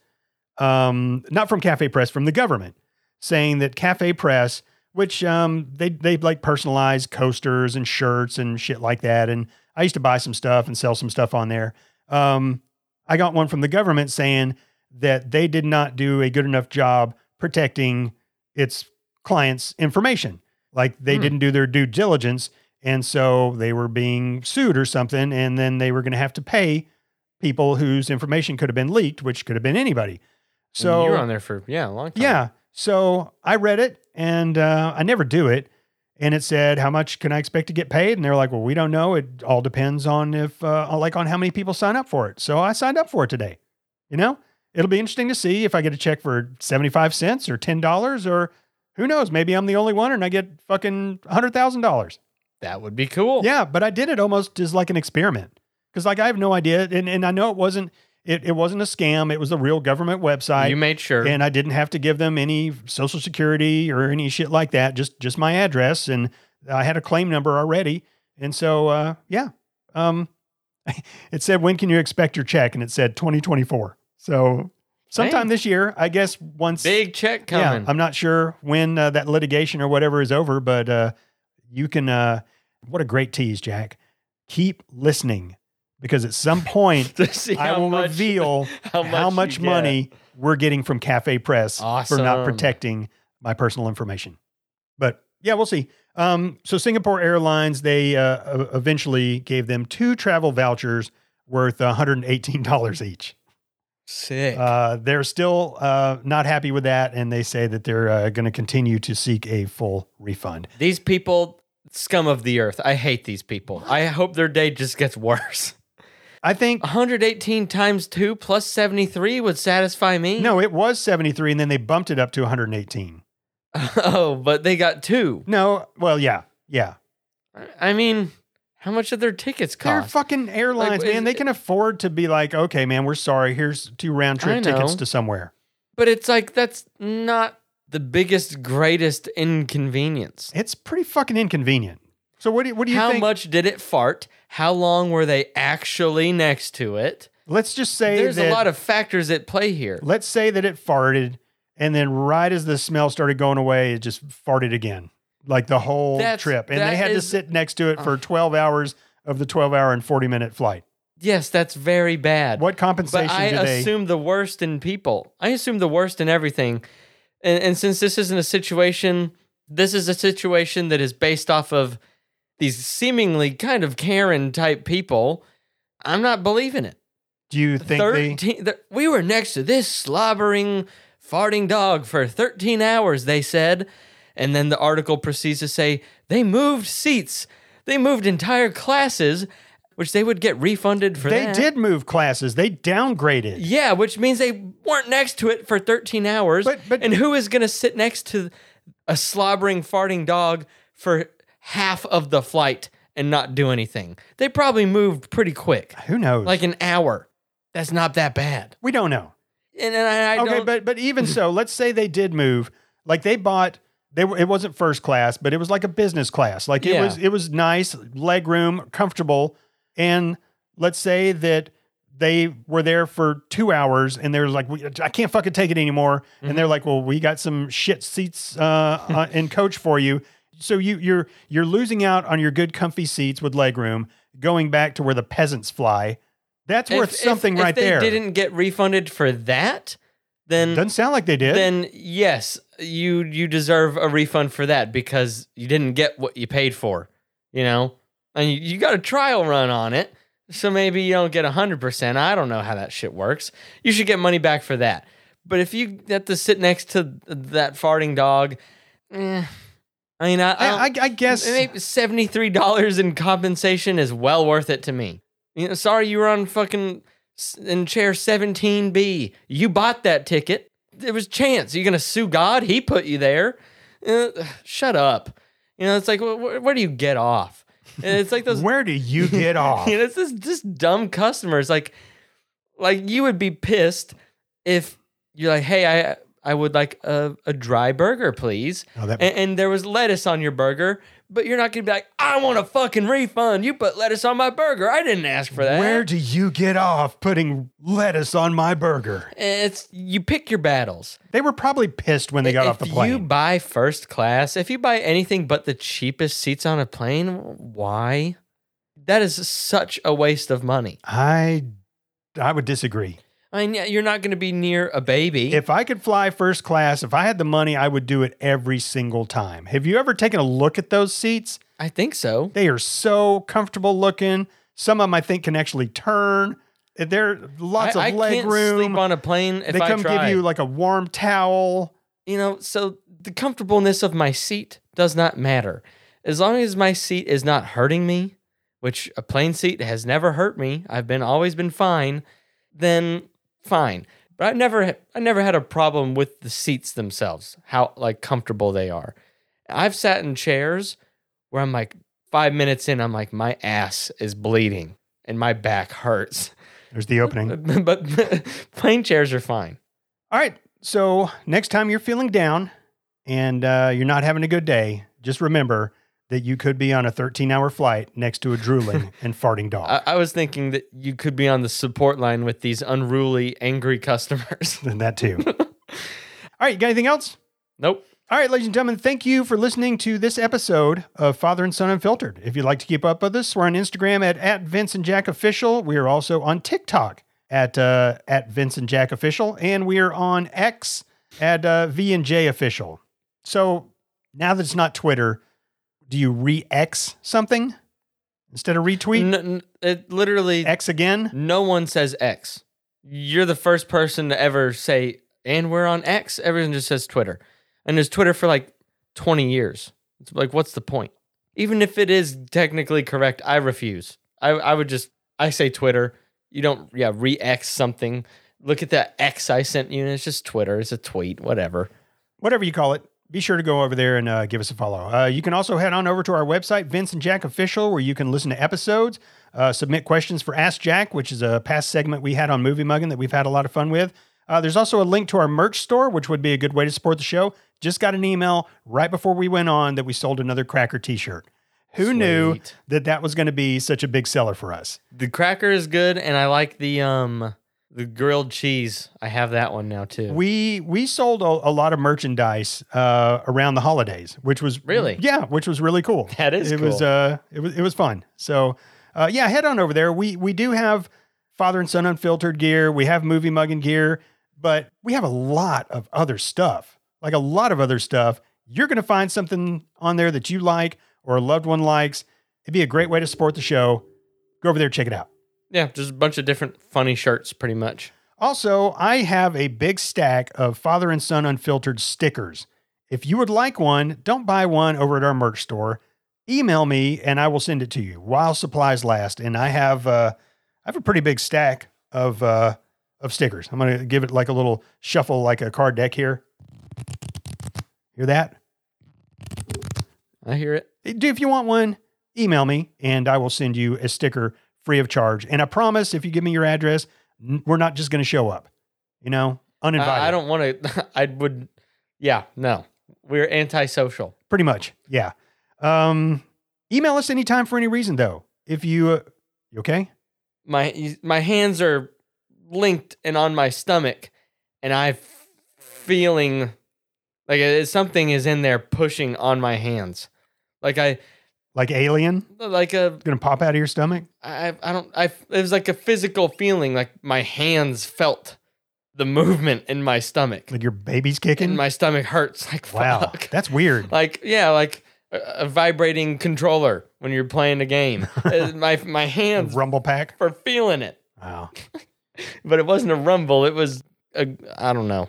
Speaker 2: um, not from Cafe Press, from the government, saying that Cafe Press, which um, they they like personalized coasters and shirts and shit like that, and I used to buy some stuff and sell some stuff on there. Um, I got one from the government saying that they did not do a good enough job protecting its clients' information, like they
Speaker 3: Hmm.
Speaker 2: didn't do their due diligence. And so they were being sued or something, and then they were going to have to pay people whose information could have been leaked, which could have been anybody. So
Speaker 3: you were on there for yeah a long time.
Speaker 2: yeah, so I read it and uh, I never do it, and it said how much can I expect to get paid, and they're like, well, we don't know. It all depends on if uh, like on how many people sign up for it. So I signed up for it today. You know, it'll be interesting to see if I get a check for seventy five cents or ten dollars or. Who knows? Maybe I'm the only one, and I get fucking hundred thousand dollars.
Speaker 3: that would be cool.
Speaker 2: Yeah, but I did it almost as like an experiment because like I have no idea, and, and I know it wasn't it, it wasn't a scam. It was a real government website,
Speaker 3: you made sure.
Speaker 2: and I didn't have to give them any social security or any shit like that. Just just my address, and I had a claim number already, and so uh, yeah, um, it said when can you expect your check, and it said 2024. So sometime
Speaker 3: Dang.
Speaker 2: this year, I guess once
Speaker 3: Big check
Speaker 2: yeah,
Speaker 3: coming.
Speaker 2: I'm not sure when uh, that litigation or whatever is over, but uh, you can. Uh, what a great tease, Jack. Keep listening because at some point
Speaker 3: To see
Speaker 2: I
Speaker 3: how
Speaker 2: will
Speaker 3: much-
Speaker 2: reveal how much,
Speaker 3: you get.
Speaker 2: money we're getting from Cafe Press for not
Speaker 3: Awesome.
Speaker 2: protecting my personal information. But yeah, we'll see. Um, so Singapore Airlines they uh, e- eventually gave them two travel vouchers worth 118 dollars each.
Speaker 3: Sick.
Speaker 2: Uh, they're still uh, not happy with that, and they say that they're uh, going to continue to seek a full refund.
Speaker 3: these people, scum of the earth. I hate these people. I hope their day just gets worse.
Speaker 2: I think
Speaker 3: Oh, 118 times 2 plus 73 would satisfy me.
Speaker 2: no, it was seventy three, and then they bumped it up to one hundred and eighteen.
Speaker 3: Oh, but they got two.
Speaker 2: No, well, yeah, yeah.
Speaker 3: I mean, how much did their tickets
Speaker 2: They're
Speaker 3: cost?
Speaker 2: fucking airlines,
Speaker 3: is-
Speaker 2: man. They can afford to be like, okay, man, we're sorry. Here's two round
Speaker 3: I
Speaker 2: trip tickets
Speaker 3: know.
Speaker 2: to somewhere.
Speaker 3: but it's like, that's not the biggest, greatest inconvenience.
Speaker 2: It's pretty fucking inconvenient. So what do you, what do you
Speaker 3: How
Speaker 2: think?
Speaker 3: much did it fart? How long were they actually next to it?
Speaker 2: Let's just say
Speaker 3: There's
Speaker 2: that,
Speaker 3: a lot of factors at play here.
Speaker 2: Let's say that it farted, and then right as the smell started going away, it just farted again, like the whole
Speaker 3: That's-
Speaker 2: trip. And
Speaker 3: that
Speaker 2: they had to
Speaker 3: is-
Speaker 2: sit next to it for 12 hours of the 12 hour and 40 minute flight.
Speaker 3: Yes, that's very bad.
Speaker 2: What
Speaker 3: But
Speaker 2: compensation
Speaker 3: I
Speaker 2: do they?
Speaker 3: assume the worst in people. I assume the worst in everything. And, and since this isn't a situation, this is a situation that is based off of these seemingly kind of Karen type people. I'm not believing it.
Speaker 2: do you think they?
Speaker 3: 13, th- we were next to this slobbering, farting dog for 13 hours, they said. And then the article proceeds to say they moved seats, they moved entire classes, which they would get refunded for
Speaker 2: They
Speaker 3: that.
Speaker 2: did move classes. They downgraded.
Speaker 3: Yeah, which means they weren't next to it for 13 hours. But, but, and who is going to sit next to a slobbering, farting dog for half of the flight and not do anything? They probably moved pretty quick.
Speaker 2: Who knows?
Speaker 3: Like an hour. That's not that bad.
Speaker 2: We don't know.
Speaker 3: And, and I, I
Speaker 2: okay,
Speaker 3: don't-
Speaker 2: but but even so, let's say they did move. Like they bought they were it wasn't first class, but it was like a business class. Like it
Speaker 3: Yeah.
Speaker 2: was it was nice, leg room, comfortable. And let's say that they were there for two hours and they're like, "We- I can't fucking take it anymore.
Speaker 3: Mm-hmm.
Speaker 2: And they're like, well, we got some shit seats uh, uh, in coach for you. So you you're you're losing out on your good comfy seats with leg room, going back to where the peasants fly. That's worth
Speaker 3: if- if-
Speaker 2: something
Speaker 3: if
Speaker 2: right there.
Speaker 3: they didn't get refunded for that, then
Speaker 2: Doesn't sound like they did.
Speaker 3: Then yes, you you deserve a refund for that because you didn't get what you paid for. You know, and you, you got a trial run on it, so maybe you don't get hundred percent. I don't know how that shit works. You should get money back for that. But if you have to sit next to that farting dog, eh, I mean, I I,
Speaker 2: I guess
Speaker 3: Oh. maybe seventy three dollars in compensation is well worth it to me. You know, sorry you were on fucking s- in chair seventeen B. You bought that ticket. It was chance. You're gonna sue God. He put you there. Uh, shut up. You know, it's like wh- wh- where do you get off? And it's like those.
Speaker 2: where do you get off?
Speaker 3: you know, it's this just dumb customers. Like, like you would be pissed if you're like, hey, I I would like a, a dry burger, please.
Speaker 2: Oh, that-
Speaker 3: and, and there was lettuce on your burger, but you're not gonna be like, I want a fucking refund. You put lettuce on my burger. I didn't ask for that.
Speaker 2: Where do you get off putting lettuce on my burger?
Speaker 3: It's you pick your battles.
Speaker 2: They were probably pissed when they got off the
Speaker 3: If
Speaker 2: plane.
Speaker 3: you buy first class, if you buy anything but the cheapest seats on a plane, why? That is such a waste of money.
Speaker 2: I I would disagree.
Speaker 3: I mean, yeah, you're not going to be near a baby.
Speaker 2: If I could fly first class, if I had the money, I would do it every single time. Have you ever taken a look at those seats?
Speaker 3: I think so.
Speaker 2: They are so comfortable looking. Some of them I think can actually turn. There lots
Speaker 3: I,
Speaker 2: of
Speaker 3: I
Speaker 2: leg
Speaker 3: can't
Speaker 2: room.
Speaker 3: sleep on a plane if
Speaker 2: they
Speaker 3: I
Speaker 2: come
Speaker 3: try.
Speaker 2: give you like a warm towel.
Speaker 3: you know, so the comfortableness of my seat does not matter. As long as my seat is not hurting me, which a plane seat has never hurt me, I've been always been fine, then fine. But I never I never had a problem with the seats themselves, how like comfortable they are. I've sat in chairs where I'm like 5 minutes in I'm like my ass is bleeding and my back hurts.
Speaker 2: There's the opening.
Speaker 3: but, but plane chairs are fine.
Speaker 2: All right. So next time you're feeling down and uh, you're not having a good day, just remember that you could be on a 13 hour flight next to a drooling and farting dog.
Speaker 3: I, I was thinking that you could be on the support line with these unruly, angry customers.
Speaker 2: And that too. All right. You got anything else?
Speaker 3: Nope.
Speaker 2: All right, ladies and gentlemen, thank you for listening to this episode of Father and Son Unfiltered. If you'd like to keep up with us, we're on Instagram at, at Vince and Jack Official. We are also on TikTok at uh, at Vince and Jack Official, and we are on X at uh, V and J Official. So now that it's not Twitter, do you re-X something instead of retweet?
Speaker 3: N- n- it literally
Speaker 2: X again?
Speaker 3: No one says X. You're the first person to ever say, and we're on X. Everyone just says Twitter. And there's Twitter for like 20 years. It's like, what's the point? Even if it is technically correct, I refuse. I, I would just, I say Twitter. You don't, yeah, re X something. Look at that X I sent you, and it's just Twitter. It's a tweet, whatever.
Speaker 2: whatever you call it. Be sure to go over there and uh, give us a follow. Uh, you can also head on over to our website, Vince and Jack Official, where you can listen to episodes, uh, submit questions for Ask Jack, which is a past segment we had on Movie Muggin that we've had a lot of fun with. Uh, there's also a link to our merch store, which would be a good way to support the show. Just got an email right before we went on that we sold another Cracker T-shirt. Who knew
Speaker 3: Sweet.
Speaker 2: that that was going to be such a big seller for us?
Speaker 3: The cracker is good, and I like the um the grilled cheese. I have that one now too.
Speaker 2: We we sold a, a lot of merchandise uh, around the holidays, which was
Speaker 3: Really?
Speaker 2: yeah, which was really cool.
Speaker 3: That is
Speaker 2: it was
Speaker 3: cool.
Speaker 2: uh it was it was fun. So uh, yeah, head on over there. We we do have father and son unfiltered gear. We have movie mugging gear, but we have a lot of other stuff, like a lot of other stuff. You're gonna find something on there that you like or a loved one likes. It'd be a great way to support the show. Go over there, check it out.
Speaker 3: yeah, just a bunch of different funny shirts, pretty much.
Speaker 2: Also, I have a big stack of Father and Son Unfiltered stickers. If you would like one, don't buy one over at our merch store. Email me and I will send it to you while supplies last. And I have uh, I have a pretty big stack of uh, of stickers. I'm gonna give it like a little shuffle, like a card deck here. Hear that?
Speaker 3: I hear it.
Speaker 2: Do if you want one, email me and I will send you a sticker free of charge. And I promise, if you give me your address, n- we're not just going to show up. You know, uninvited.
Speaker 3: I, I don't want to. I would. Yeah, no. We're antisocial.
Speaker 2: Pretty much, yeah. Um, email us anytime for any reason, though. If you, uh, you okay?
Speaker 3: My my hands are linked and on my stomach, and I'm feeling like it- something is in there pushing on my hands. Like I
Speaker 2: Like alien,
Speaker 3: like a
Speaker 2: gonna pop out of your stomach.
Speaker 3: I I don't I it was like a physical feeling like my hands felt the movement in my stomach
Speaker 2: Like your baby's
Speaker 3: and
Speaker 2: kicking.
Speaker 3: my stomach hurts like
Speaker 2: wow,
Speaker 3: fuck.
Speaker 2: that's weird.
Speaker 3: like yeah like a, a vibrating controller when you're playing a game Uh, my my hands
Speaker 2: Rumble pack.
Speaker 3: were feeling it
Speaker 2: Wow.
Speaker 3: but it wasn't a rumble it was a I don't know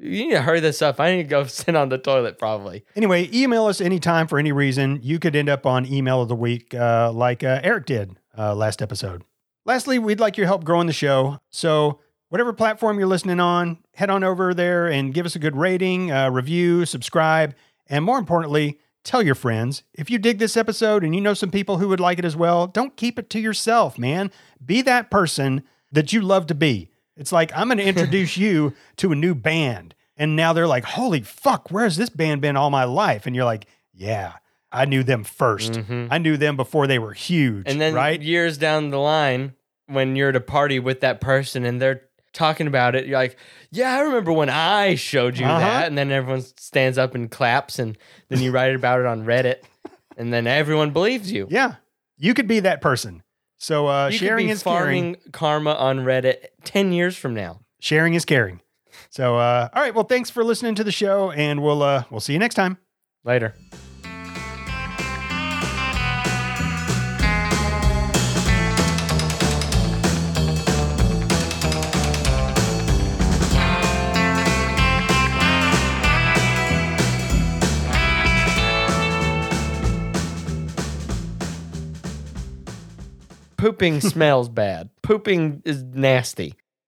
Speaker 3: you need to hurry this up I need to go sit on the toilet probably
Speaker 2: Anyway, email us anytime for any reason. You could end up on email of the week, uh, like uh, Eric did uh, last episode. Lastly, we'd like your help growing the show. So, whatever platform you're listening on, head on over there and give us a good rating, uh, review, subscribe, and more importantly, tell your friends. If you dig this episode and you know some people who would like it as well, don't keep it to yourself, man. Be that person that you love to be. It's like, I'm going to introduce you to a new band. And now they're like, holy fuck, where's this band been all my life? And you're like, yeah, I knew them 1st
Speaker 3: Mhm.
Speaker 2: I knew them before they were huge.
Speaker 3: And then
Speaker 2: right?
Speaker 3: years down the line, when you're at a party with that person and they're talking about it, you're like, "Yeah, I remember when I showed you
Speaker 2: Uh-huh.
Speaker 3: that." And then everyone stands up and claps, and then you write about it on Reddit, and then everyone believes you.
Speaker 2: Yeah. You could be that person. So uh,
Speaker 3: you
Speaker 2: sharing
Speaker 3: could be
Speaker 2: is caring.
Speaker 3: farming karma on Reddit ten years from now.
Speaker 2: Sharing is caring. So uh, all right, well, thanks for listening to the show, and we'll uh, we'll see you next time.
Speaker 3: Later. Pooping smells bad. Pooping is nasty.